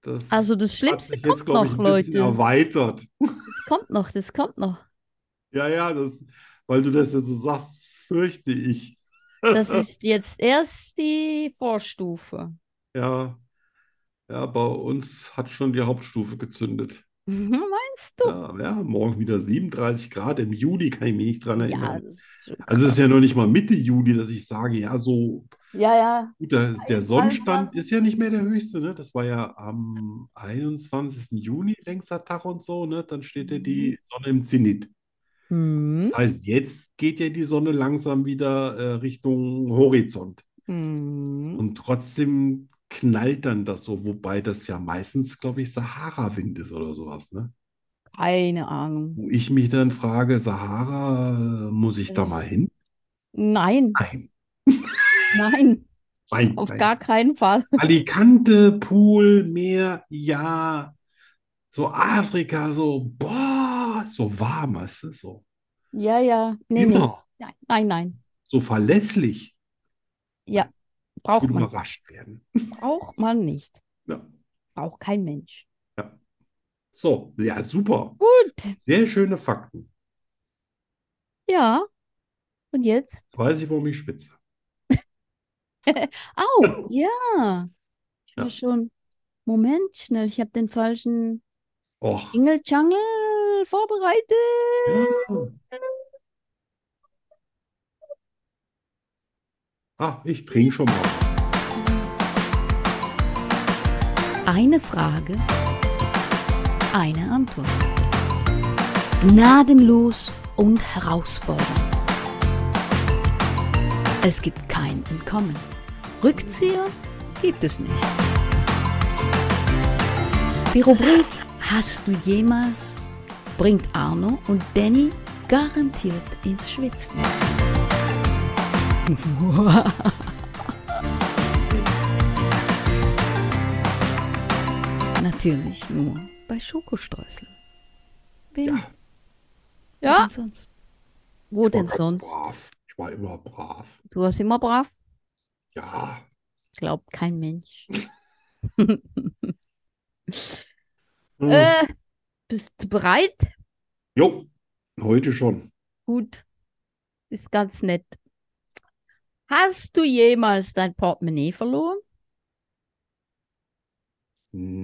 B: Das
A: Also das
B: hat
A: Schlimmste
B: sich jetzt,
A: kommt
B: glaube ich,
A: noch,
B: ein bisschen
A: Leute.
B: erweitert.
A: Das kommt noch, das kommt noch.
B: Ja, ja, das, weil du das ja so sagst, fürchte ich.
A: Das ist jetzt erst die Vorstufe.
B: Ja, ja, bei uns hat schon die Hauptstufe gezündet.
A: Mhm, Meinst du?
B: Ja, ja, morgen wieder 37 Grad im Juli, kann ich mich nicht dran
A: Ja,
B: erinnern.
A: das ist schon
B: Also es ist
A: krass.
B: ja noch nicht mal Mitte Juli, dass ich sage, ja, so
A: ja, ja.
B: gut, der, der Sonnenstand
A: 23.
B: ist ja nicht mehr der höchste, ne? Das war ja am 21. Juni längster Tag und so, ne? Dann steht ja
A: Mhm.
B: die Sonne im Zenit.
A: Hm,
B: Das heißt, jetzt geht ja die Sonne langsam wieder äh, Richtung Horizont.
A: hm.
B: Und trotzdem knallt dann das so, wobei das ja meistens, glaube ich, Sahara-Wind ist oder sowas, ne?
A: Keine Ahnung.
B: Wo ich mich dann frage, Sahara, äh, muss ich da
A: Das-
B: mal hin?
A: Nein,
B: Nein,
A: nein,
B: nein,
A: auf
B: nein.
A: gar keinen Fall.
B: Alicante, Pool, Meer, ja. So Afrika, so, boah, so warm, weißt du, so.
A: Ja, ja. Nee, nee.
B: Immer
A: Nein, nein, nein.
B: so verlässlich. Ich
A: Braucht
B: würde
A: man.
B: überrascht werden.
A: Braucht man nicht.
B: Ja.
A: Braucht kein Mensch.
B: So, ja, super.
A: Gut.
B: Sehr schöne Fakten.
A: Ja. Und jetzt?
B: Jetzt weiß ich, warum ich schwitze.
A: Au, ja. Ich
B: Ja.
A: war schon. Moment, schnell. Ich habe den falschen
B: Och.
A: Jingle Jungle vorbereitet.
B: Ja. Ah, ich trinke schon mal.
C: Eine Frage, eine Antwort. Gnadenlos und herausfordernd. Es gibt kein Entkommen. Rückzieher gibt es nicht. Die Rubrik Hast du jemals bringt Arno und Danny garantiert ins Schwitzen. Natürlich nur bei Schokostreuseln. Wen?
B: Ja.
C: Wen
A: Ja,
C: sonst?
A: wo
B: Ich war
A: denn
B: ganz
A: sonst?
B: Oh Brav. Ich war immer brav.
A: Du warst immer brav.
B: Ja.
A: Glaubt kein Mensch.
B: Hm.
A: Äh, bist du bereit?
B: Jo, heute schon.
A: Gut. Ist ganz nett. Hast du jemals dein Portemonnaie verloren?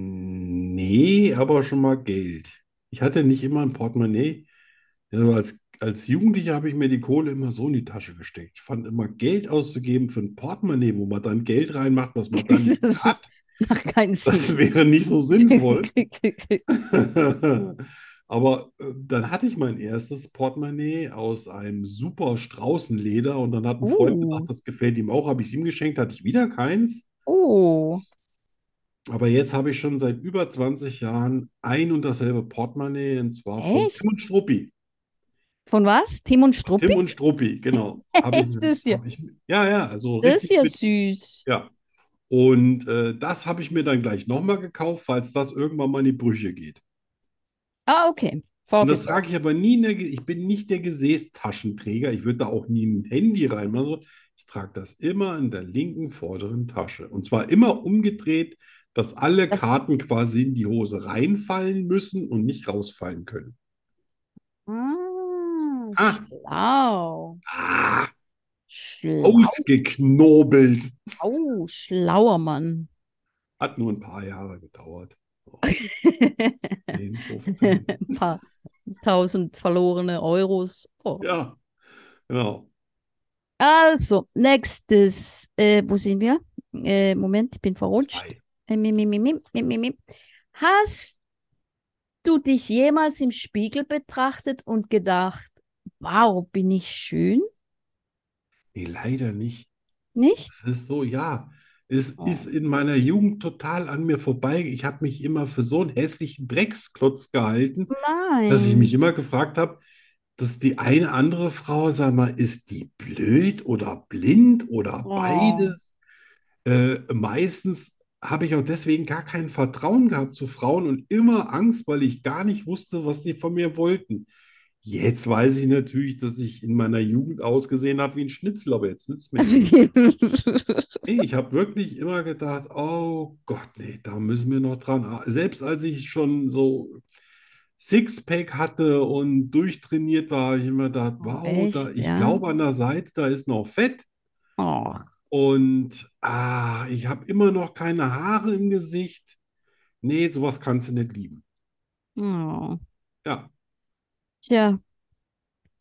B: Nee, aber schon mal Geld. Ich hatte nicht immer ein Portemonnaie. Also als, als Jugendlicher habe ich mir die Kohle immer so in die Tasche gesteckt. Ich fand immer Geld auszugeben für ein Portemonnaie, wo man dann Geld reinmacht, was man dann nicht
A: Das-
B: hat.
A: Macht keinen
B: Das
A: Sinn.
B: wäre nicht so sinnvoll.
A: Wie
B: Aber äh, dann hatte ich mein erstes Portemonnaie aus einem super Straußenleder und dann hat ein Freund
A: Uh.
B: gesagt, das gefällt ihm auch, habe ich es ihm geschenkt, hatte ich wieder keins.
A: Oh,
B: Aber jetzt habe ich schon seit über 20 Jahren ein und dasselbe Portemonnaie und zwar von
A: Echt?
B: Tim und Struppi.
A: von was? Tim und Struppi?
B: Tim und Struppi, genau. Habe ich mir-
A: Das ist ja-
B: habe ich mir- ja, ja, also
A: das ist
B: richtig
A: ja
B: mit,
A: süß.
B: ja. Und äh, das habe ich mir dann gleich nochmal gekauft, falls das irgendwann mal in die Brüche geht.
A: Ah, okay.
B: Und das
A: Vorge-
B: trage ich aber nie in der, Ge- ich bin nicht der Gesäßtaschenträger, ich würde da auch nie ein Handy reinmachen. so. Ich trage das immer in der linken vorderen Tasche. Und zwar immer umgedreht, dass alle
A: Das-
B: Karten quasi in die Hose reinfallen müssen und nicht rausfallen können.
A: Ah,
B: Ah.
A: schlau.
B: Ah, Oh.
A: Schlau. Oh,
B: ausgeknobelt.
A: Schlauer Mann.
B: Hat nur ein paar Jahre gedauert. So, 10, 15.
A: Ein paar tausend verlorene Euros. Oh.
B: Ja, genau.
A: Also, nächstes. Äh, wo sind wir? Äh, Moment, ich bin verrutscht.
B: Zwei.
A: Äh, mim, mim, mim, mim, mim, mim, mim. Hast du dich jemals im Spiegel betrachtet und gedacht, wow, bin ich schön?
B: Nee, leider nicht.
A: Nicht?
B: Es ist so, ja. Es
A: Oh.
B: ist in meiner Jugend total an mir vorbei. Ich habe mich immer für so einen hässlichen Drecksklotz gehalten,
A: Nein.
B: dass ich mich immer gefragt habe, dass die eine andere Frau, sag mal, ist die blöd oder blind oder
A: Oh.
B: beides? Äh, meistens habe ich auch deswegen gar kein Vertrauen gehabt zu Frauen und immer Angst, weil ich gar nicht wusste, was sie von mir wollten. Jetzt weiß ich natürlich, dass ich in meiner Jugend ausgesehen habe wie ein Schnitzel, aber jetzt nützt mir nichts. Nee, ich habe wirklich immer gedacht, oh Gott, nee, da müssen wir noch dran. ar- Selbst als ich schon so Sixpack hatte und durchtrainiert war, habe ich immer gedacht,
A: Oh,
B: wow, da,
A: echt,
B: ich
A: ja?
B: glaube an der Seite, da ist noch Fett.
A: oh.
B: Und ah, ich habe immer noch keine Haare im Gesicht. Nee, sowas kannst du nicht lieben.
A: Oh.
B: Ja,
A: Tja,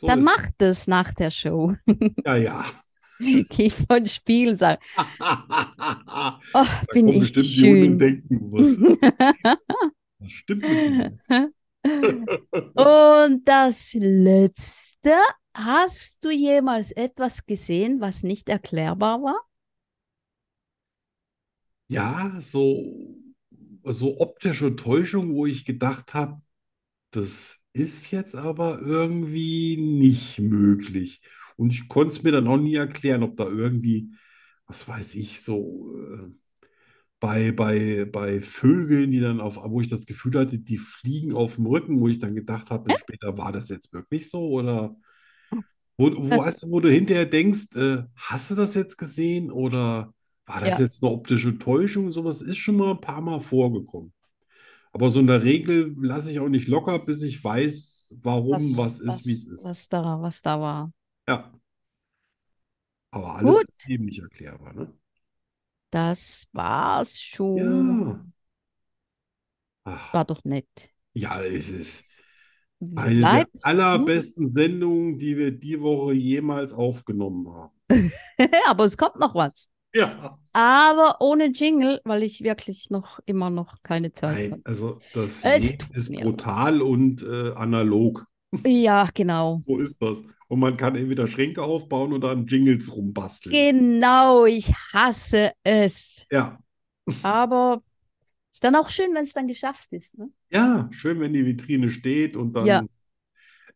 B: so
A: dann
B: ist
A: mach das nach der Show.
B: Ja, ja.
A: Geh von Spiel und sag,
B: Da
A: oh, bin
B: kommen
A: ich
B: bestimmt die Hunde und
A: schön.
B: denken, was ist das? Was stimmt mit dir?
A: Und das letzte, hast du jemals etwas gesehen, was nicht erklärbar war?
B: Ja, so, so optische Täuschung, wo ich gedacht habe, das ist jetzt aber irgendwie nicht möglich. Und ich konnte es mir dann auch nie erklären, ob da irgendwie, was weiß ich, so äh, bei, bei, bei Vögeln, die dann auf, wo ich das Gefühl hatte, die fliegen auf dem Rücken, wo ich dann gedacht habe, dann später war das jetzt wirklich so oder wo, wo, weißt du, wo du hinterher denkst, äh, hast du das jetzt gesehen oder war das
A: Ja.
B: jetzt eine optische Täuschung? Sowas ist schon mal ein paar Mal vorgekommen. Aber so in der Regel lasse ich auch nicht locker, bis ich weiß, warum Um was ist, wie es ist.
A: Was da, was da war.
B: Ja. Aber alles
A: Gut.
B: ist eben nicht erklärbar, ne?
A: Das war's schon.
B: Ja. Ach,
A: War doch nett.
B: ja, es ist
A: Wir
B: eine der
A: bleiben-
B: allerbesten Sendungen, die wir die Woche jemals aufgenommen haben.
A: Aber es kommt noch was.
B: Ja.
A: Aber ohne Jingle, weil ich wirklich noch immer noch keine Zeit
B: Nein,
A: habe.
B: also das
A: Es
B: Leben
A: tut
B: ist
A: mir
B: brutal und äh, analog.
A: Ja, genau.
B: So ist das. Und man kann entweder Schränke aufbauen oder an Jingles rumbasteln.
A: Genau, ich hasse es.
B: Ja.
A: Aber ist dann auch schön, wenn es dann geschafft ist. Ne?
B: Ja, schön, wenn die Vitrine steht und dann.
A: Ja.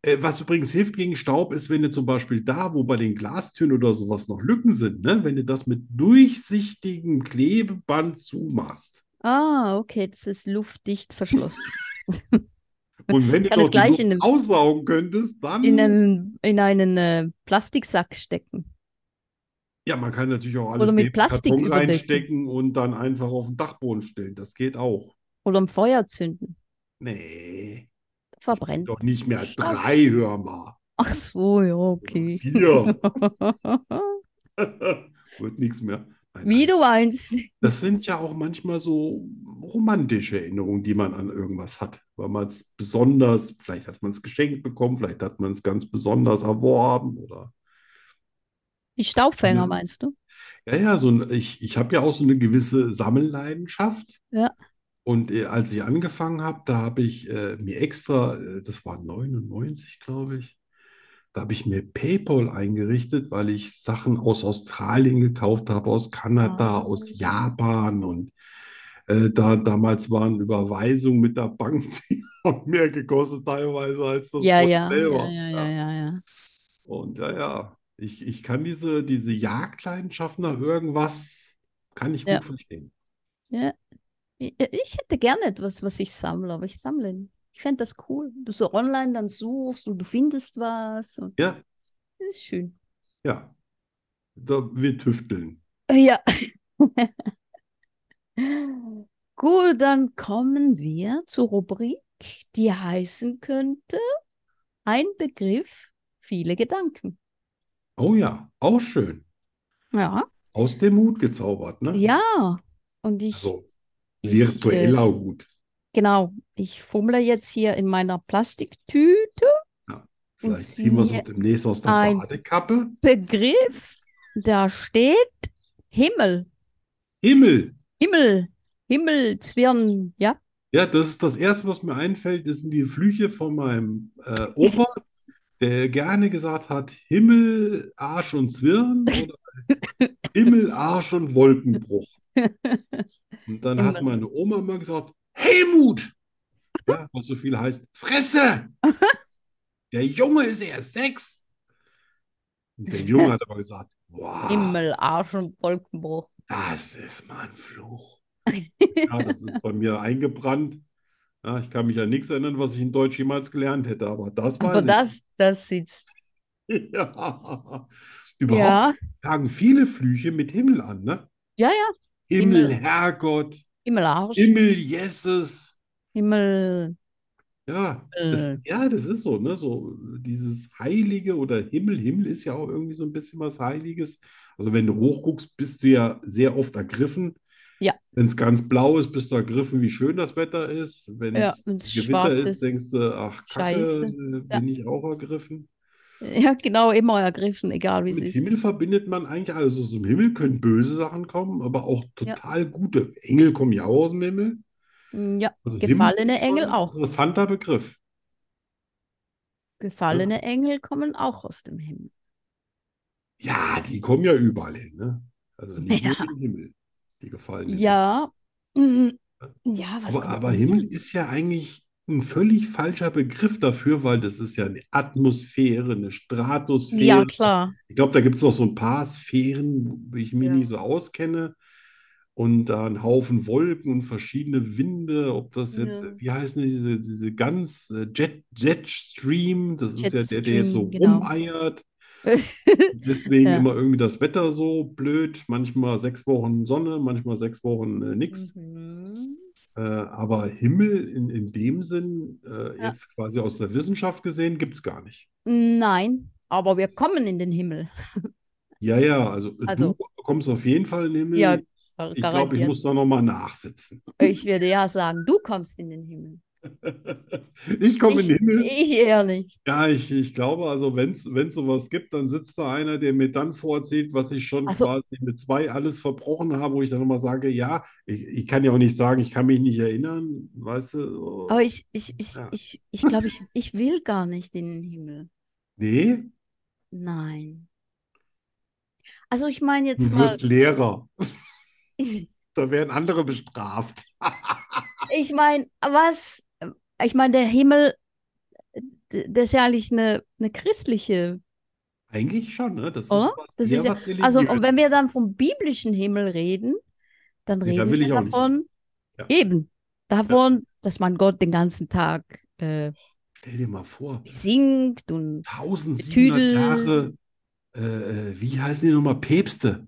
B: Äh, was übrigens hilft gegen Staub, ist, wenn du zum Beispiel da, wo bei den Glastüren oder sowas noch Lücken sind, ne, wenn du das mit durchsichtigem Klebeband zumachst.
A: Ah, okay, das ist luftdicht verschlossen.
B: Und wenn du
A: Kann das
B: noch die
A: gleich
B: Luft
A: in einem-
B: aussaugen könntest, dann.
A: In einen, in einen äh, Plastiksack stecken.
B: ja, man kann natürlich auch alles
A: Oder mit
B: neben den
A: Plastik
B: Karton
A: überdecken.
B: reinstecken und dann einfach auf den Dachboden stellen. Das geht auch.
A: Oder im Feuer zünden.
B: Nee.
A: Verbrennen.
B: Doch nicht mehr
A: Stopp.
B: drei, hör mal.
A: Ach so, ja,
B: Oder
A: okay.
B: Vier. Wird nichts mehr. Nein,
A: Wie
B: nein.
A: du meinst.
B: Das sind ja auch manchmal so romantische Erinnerungen, die man an irgendwas hat, weil man es besonders, vielleicht hat man es geschenkt bekommen, vielleicht hat man es ganz besonders erworben oder.
A: Die Staubfänger
B: Ja.
A: meinst du?
B: Ja, ja, so ein, ich, ich habe ja auch so eine gewisse Sammelleidenschaft.
A: Ja.
B: Und äh, als ich angefangen habe, da habe ich äh, mir extra, äh, das war 99, glaube ich, da habe ich mir PayPal eingerichtet, weil ich Sachen aus Australien gekauft habe, aus Kanada,
A: Ah.
B: aus Japan und äh, da damals waren Überweisungen mit der Bank, die haben mehr gekostet teilweise als das
A: Ja,
B: Zeug
A: ja, ja,
B: selber.
A: ja, ja, ja, ja.
B: Und ja, ja, ich, ich kann diese, diese Jagdleidenschaft nach irgendwas, kann ich gut
A: Ja.
B: verstehen.
A: Ja. I- Ich hätte gerne etwas, was ich sammle, aber ich sammle nicht. Ich fände das cool. Du so online dann suchst und du findest was. Und
B: Ja.
A: das ist schön.
B: Ja, da, wir tüfteln.
A: Äh, Ja. Gut, dann kommen wir zur Rubrik, die heißen könnte Ein Begriff, viele Gedanken.
B: Oh ja, auch schön.
A: Ja.
B: Aus dem Hut gezaubert, ne?
A: Ja. Und ich,
B: So,
A: ich,
B: virtueller Hut.
A: äh, genau, ich fummle jetzt hier in meiner Plastiktüte
B: Vielleicht
A: und
B: ziehen wir es
A: mir
B: auch demnächst aus der
A: ein-
B: Badekappe.
A: Begriff. Da steht Himmel,
B: Himmel!
A: Himmel, Himmel, Zwirn, ja.
B: Ja, das ist das Erste, was mir einfällt, das sind die Flüche von meinem äh, Opa, der gerne gesagt hat, Himmel, Arsch und Zwirn oder Himmel, Arsch und Wolkenbruch. Und dann hat
A: Himmel.
B: meine Oma mal gesagt, Helmut! Ja, was so viel heißt, Fresse! Der Junge ist erst sechs. Und der Junge hat aber gesagt, wow,
A: Himmel, Arsch und Wolkenbruch.
B: das ist mal ein Fluch. Ja, das ist bei mir eingebrannt. Ja, ich kann mich an nichts erinnern, was ich in Deutsch jemals gelernt hätte, aber das
A: Aber
B: weiß
A: das, das sitzt.
B: ich. Ja. Überhaupt
A: Ja,
B: fangen viele Flüche mit Himmel an, ne?
A: ja, ja.
B: Himmel,
A: Himmel.
B: Herrgott,
A: Himmel, Arsch,
B: Himmel, Jesus.
A: Himmel,
B: Ja,
A: Äh.
B: das, ja, das ist so, ne? So dieses Heilige oder Himmel. Himmel ist ja auch irgendwie so ein bisschen was Heiliges. Also wenn du hochguckst, bist du ja sehr oft ergriffen.
A: Ja.
B: Wenn es ganz blau ist, bist du ergriffen, wie schön das Wetter ist. Wenn
A: Ja,
B: es
A: wenn's
B: Gewitter
A: schwarz
B: ist,
A: ist.
B: denkst du, ach, Kacke,
A: Scheiße.
B: äh,
A: Ja.
B: bin ich auch ergriffen.
A: Ja, genau, immer ergriffen, egal wie es
B: Mit
A: ist.
B: Himmel verbindet man eigentlich alles. Aus dem Himmel können böse Sachen kommen, aber auch
A: Ja.
B: total gute. Engel kommen ja auch aus dem Himmel.
A: Mm, Ja,
B: Also Himmel
A: gefallene
B: ist schon
A: Engel
B: ein
A: auch.
B: interessanter Begriff.
A: Gefallene Engel kommen auch aus dem Himmel.
B: Ja, die kommen ja überall hin, ne? Also nicht nur
A: Ja.
B: im Himmel, die gefallenen.
A: Ja, mhm. ja, was
B: Aber,
A: kommt
B: aber
A: denn
B: Himmel
A: hier?
B: ist ja eigentlich ein völlig falscher Begriff dafür, weil das ist ja eine Atmosphäre, eine Stratosphäre.
A: Ja, klar.
B: Ich glaube, da gibt es noch so ein paar Sphären, wo ich mich
A: Ja.
B: nicht so auskenne. Und da einen Haufen Wolken und verschiedene Winde, ob das jetzt,
A: Ja.
B: wie heißen die, diese, diese ganz äh, Jet, Jetstream, das ist ja der, der jetzt so
A: Jetstream, genau.
B: rumeiert. Deswegen
A: Ja.
B: immer irgendwie das Wetter so blöd, manchmal sechs Wochen Sonne, manchmal sechs Wochen äh, nix.
A: Mhm.
B: Äh, aber Himmel in, in dem Sinn, äh,
A: Ja.
B: jetzt quasi aus der Wissenschaft gesehen, gibt es gar nicht.
A: Nein, aber wir kommen in den Himmel.
B: Ja, ja, also äh,
A: Also-
B: du kommst auf jeden Fall in den Himmel.
A: Ja,
B: ich glaube, ich
A: garantiert.
B: muss da nochmal nachsitzen.
A: Ich würde ja sagen, du kommst in den Himmel.
B: Ich komme in den Himmel.
A: Ich eher nicht.
B: Ja, ich, ich glaube, also wenn es sowas gibt, dann sitzt da einer, der mir dann vorzieht, was ich schon
A: Ach so.
B: quasi mit zwei alles verbrochen habe, wo ich dann nochmal sage, ja, ich, ich kann ja auch nicht sagen, ich kann mich nicht erinnern, weißt du? so.
A: Aber ich, ich, ich,
B: Ja.
A: ich, ich glaube, ich, ich will gar nicht in den Himmel.
B: Nee,
A: Nein. Also ich meine jetzt
B: du
A: mal,
B: wirst Lehrer.
A: ich
B: Da werden andere bestraft.
A: meine, was, ich meine, der Himmel, d- das ist ja eigentlich eine, eine christliche,
B: Eigentlich schon, ne? Das ist
A: Oder?
B: was,
A: Oh, Das
B: eher
A: ist ja-
B: was
A: also
B: Religiöses.
A: und wenn wir dann vom biblischen Himmel reden, dann
B: Nee, da
A: reden
B: will
A: wir
B: ich auch nicht hin.
A: davon,
B: Ja.
A: eben, davon, dass man Gott den ganzen Tag äh,
B: Stell dir mal vor,
A: singt und
B: 1700
A: Tüdel.
B: Jahre, äh, äh, wie heißen die nochmal, Päpste.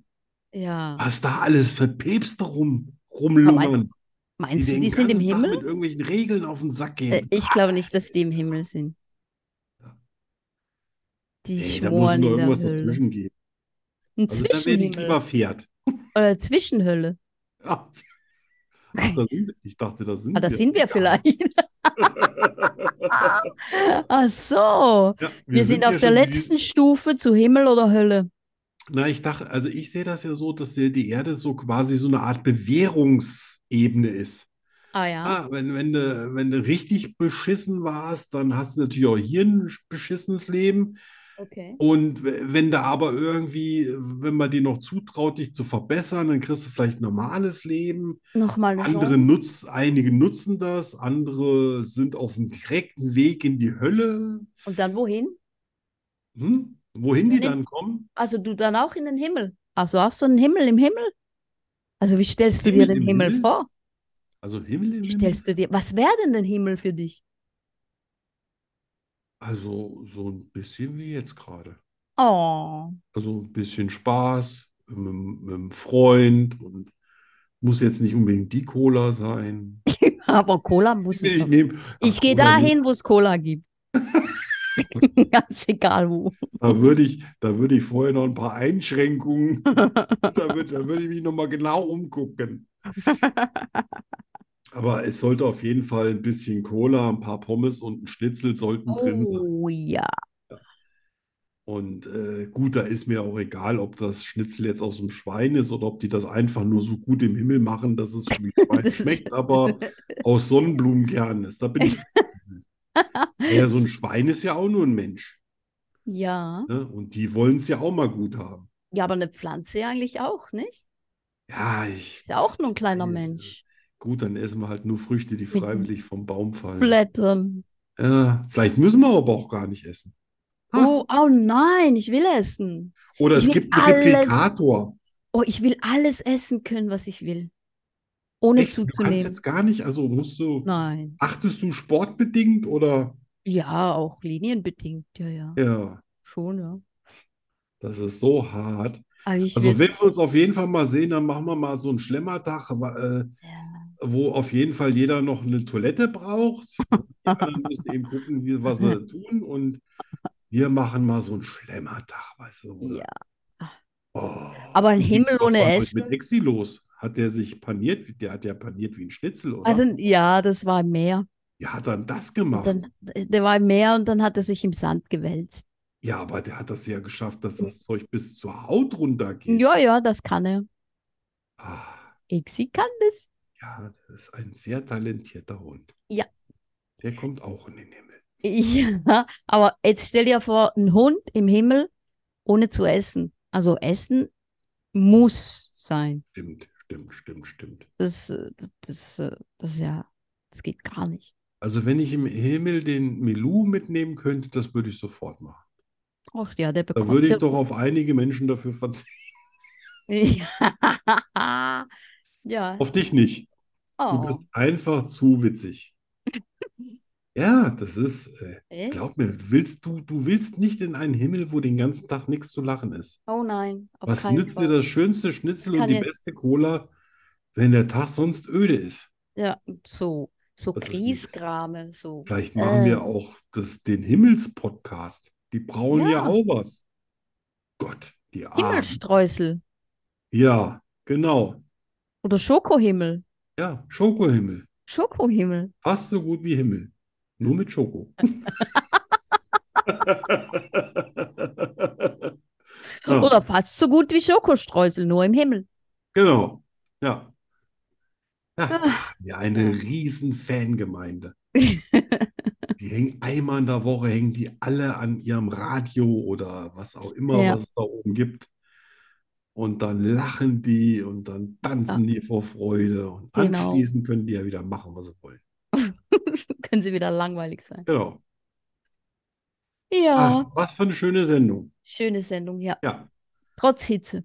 A: ja.
B: Was da alles für Päpste rum, rumlungern.
A: Meinst du,
B: den
A: die sind im
B: ganzen Tag
A: Himmel?
B: mit irgendwelchen Regeln auf den Sack
A: Äh,
B: gehen.
A: ich glaube nicht, dass die im Himmel sind.
B: Ja.
A: Die
B: Ey, da muss
A: schmoren
B: nur
A: in der
B: irgendwas
A: Hölle.
B: dazwischen geben.
A: Ein
B: Also da werde ich
A: Zwischenhimmel
B: lieber Pferd.
A: oder Zwischenhölle.
B: Ja. Ach, da sind, ich dachte, da sind
A: Ah, das
B: wir.
A: sind wir vielleicht.
B: Ja,
A: Ach so. Wir, sind,
B: ja
A: auf der
B: schon die-
A: letzten Stufe zu Himmel oder Hölle.
B: Na, ich dachte, also ich sehe das ja so, dass die die Erde so quasi so eine Art Bewährungsebene ist.
A: Ah ja.
B: Ah, wenn, wenn du, wenn du richtig beschissen warst, dann hast du natürlich auch hier ein beschissenes Leben.
A: Okay.
B: Und w- wenn du aber irgendwie, wenn man dir noch zutraut, dich zu verbessern, dann kriegst du vielleicht ein normales Leben.
A: Nochmal eine
B: Andere
A: Chance.
B: nutz, einige nutzen das, andere sind auf dem direkten Weg in die Hölle.
A: Und dann wohin?
B: Hm? Wohin die
A: Nein.
B: dann kommen?
A: Also du dann auch in den Himmel. Also auch so einen Himmel im Himmel? Also wie stellst du dir
B: Himmel
A: den
B: im
A: Himmel
B: Himmel?
A: vor?
B: Also Himmel im
A: Wie
B: Himmel.
A: stellst du dir, was wäre denn ein Himmel für dich?
B: Also so ein bisschen wie jetzt gerade.
A: Oh.
B: Also ein bisschen Spaß mit, mit einem Freund und muss jetzt nicht unbedingt die Cola sein.
A: Aber Cola muss
B: Nee,
A: es
B: ich
A: doch.
B: nehme,
A: Ich gehe dahin, wo es Cola gibt. Ganz egal wo.
B: Da würde ich, da würde ich vorher noch ein paar Einschränkungen, da würde, da würde ich mich nochmal genau umgucken. Aber es sollte auf jeden Fall ein bisschen Cola, ein paar Pommes und ein Schnitzel sollten drin sein.
A: Oh ja.
B: Und äh, gut, da ist mir auch egal, ob das Schnitzel jetzt aus dem Schwein ist oder ob die das einfach nur so gut im Himmel machen, dass es wie Schwein
A: Das ist-
B: schmeckt, aber aus Sonnenblumenkernen ist. Da bin ich flexibel. Ja, so ein Schwein ist ja auch nur ein Mensch,
A: Ja.
B: ne? Und die wollen es ja auch mal gut haben.
A: Ja, aber eine Pflanze eigentlich auch, nicht?
B: Ja, ich,
A: Ist ja auch nur ein kleiner
B: Scheiße.
A: Mensch.
B: gut, dann essen wir halt nur Früchte, die freiwillig vom Baum fallen.
A: Blättern.
B: Ja, vielleicht müssen wir aber auch gar nicht essen. Ha.
A: Oh, oh nein, ich will essen.
B: Oder
A: Ich
B: es
A: will
B: gibt einen
A: alles-
B: Replikator.
A: Oh, ich will alles essen können, was ich will. Ohne
B: Echt? Du kannst
A: zuzunehmen.
B: jetzt gar nicht, also musst du.
A: Nein.
B: Achtest du sportbedingt oder?
A: Ja, auch linienbedingt. Ja, ja.
B: Ja,
A: Schon, ja.
B: das ist so hart.
A: Aber ich
B: Also,
A: will.
B: wenn wir uns auf jeden Fall mal sehen, dann machen wir mal so einen Schlemmertag, wa- äh,
A: Ja.
B: wo auf jeden Fall jeder noch eine Toilette braucht. Die anderen müssen eben gucken, wie, was sie tun. Und wir machen mal so einen Schlemmertag, weißt du? Oder?
A: Ja.
B: Oh.
A: Aber ein
B: Wie
A: Himmel
B: was
A: ohne
B: war heute
A: Essen?
B: mit Exi los? Hat der sich paniert? Der hat ja paniert wie ein Schnitzel, oder?
A: Also, ja, das war im Meer.
B: Wie hat er denn das gemacht?
A: Dann, äh, der war im Meer und dann hat er sich im Sand gewälzt.
B: Ja, aber der hat das ja geschafft, dass das Zeug bis zur Haut runtergeht.
A: Ja, ja, das kann er.
B: Ah.
A: Ixi kann das.
B: Ja, das ist ein sehr talentierter Hund.
A: Ja.
B: Der kommt auch in den Himmel.
A: Ja, aber jetzt stell dir vor, ein Hund im Himmel ohne zu essen. Also Essen muss sein.
B: Stimmt, stimmt, stimmt, stimmt.
A: Das, äh, das, das, äh, das ist ja, das geht gar nicht.
B: Also wenn ich im Himmel den Milou mitnehmen könnte, das würde ich sofort machen.
A: Ach ja, der
B: Da
A: bekommt.
B: würde ich
A: der-
B: doch auf einige Menschen dafür verzichten.
A: Ja. Ja.
B: Auf dich nicht. Du
A: Oh,
B: bist einfach zu witzig. Ja, das ist, äh,
A: echt?
B: glaub mir, willst du, du willst nicht in einen Himmel, wo den ganzen Tag nichts zu lachen ist.
A: Oh nein, auf
B: Was
A: keinen
B: nützt dir
A: Fall.
B: das schönste Schnitzel
A: Das
B: und
A: kann
B: die
A: jetzt-
B: beste Cola, wenn der Tag sonst öde ist?
A: Ja, so, so
B: Das ist nix.
A: Griesgrame, so.
B: Vielleicht machen
A: Äh.
B: wir auch das, den Himmelspodcast. Die brauen ja
A: Ja.
B: auch was. Gott, die Armen.
A: Himmelstreusel
B: Ja, genau.
A: oder Schokohimmel.
B: Ja, Schokohimmel.
A: Schokohimmel.
B: Fast so gut wie Himmel. Nur mit Schoko. Ja,
A: Oder fast so gut wie Schokostreusel, nur im Himmel.
B: genau. Ja. Ja,
A: Ah.
B: da haben wir eine riesen Fangemeinde. Die hängen einmal in der Woche, hängen die alle an ihrem Radio oder was auch immer,
A: Ja.
B: was es da oben gibt. Und dann lachen die und dann tanzen die vor Freude. Und
A: Genau.
B: anschließend können die ja wieder machen, was sie wollen.
A: Können sie wieder langweilig sein.
B: Genau.
A: Ja,
B: Ach, Ah, was für eine schöne Sendung.
A: schöne Sendung, ja.
B: Ja,
A: Trotz Hitze.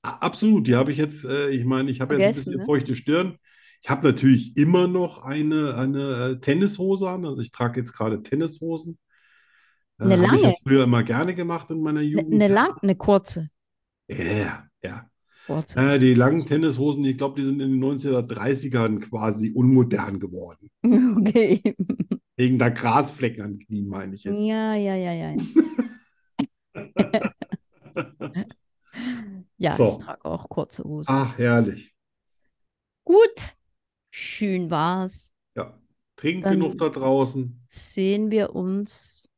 B: a- absolut. Die habe ich jetzt, äh, ich meine, ich habe jetzt ein
A: Vergessen,
B: bisschen
A: ne?
B: feuchte Stirn. Ich habe natürlich immer noch eine, eine äh, Tennishose an. Also ich trage jetzt gerade Tennishosen. Äh,
A: Eine
B: habe ich ja
A: lange?
B: früher immer gerne gemacht in meiner
A: Ne-
B: Jugend.
A: Eine lang, eine kurze.
B: Ja, ja.
A: kurze.
B: Äh, die langen Tennishosen, ich glaube, die sind in den 1930ern quasi unmodern geworden.
A: Okay.
B: Wegen der Grasflecken an den Knien, meine ich jetzt.
A: Ja, ja, ja, ja. Ja,
B: So.
A: ich trage auch kurze Hosen.
B: Ach, herrlich.
A: Gut, schön war's.
B: Ja. Trinkt
A: Dann-
B: genug da draußen.
A: Sehen wir uns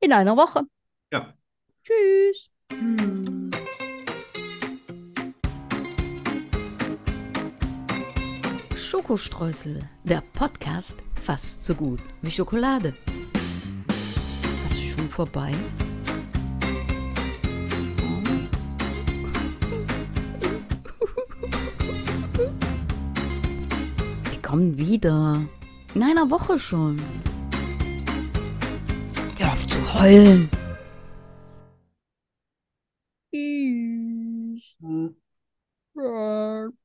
A: in einer Woche.
B: Ja.
A: Tschüss.
C: Schokostreusel, der Podcast fast so gut wie Schokolade. Was ist schon vorbei? Wir kommen wieder. In einer Woche schon. Hör auf zu heulen.
A: Tschüss. Ja.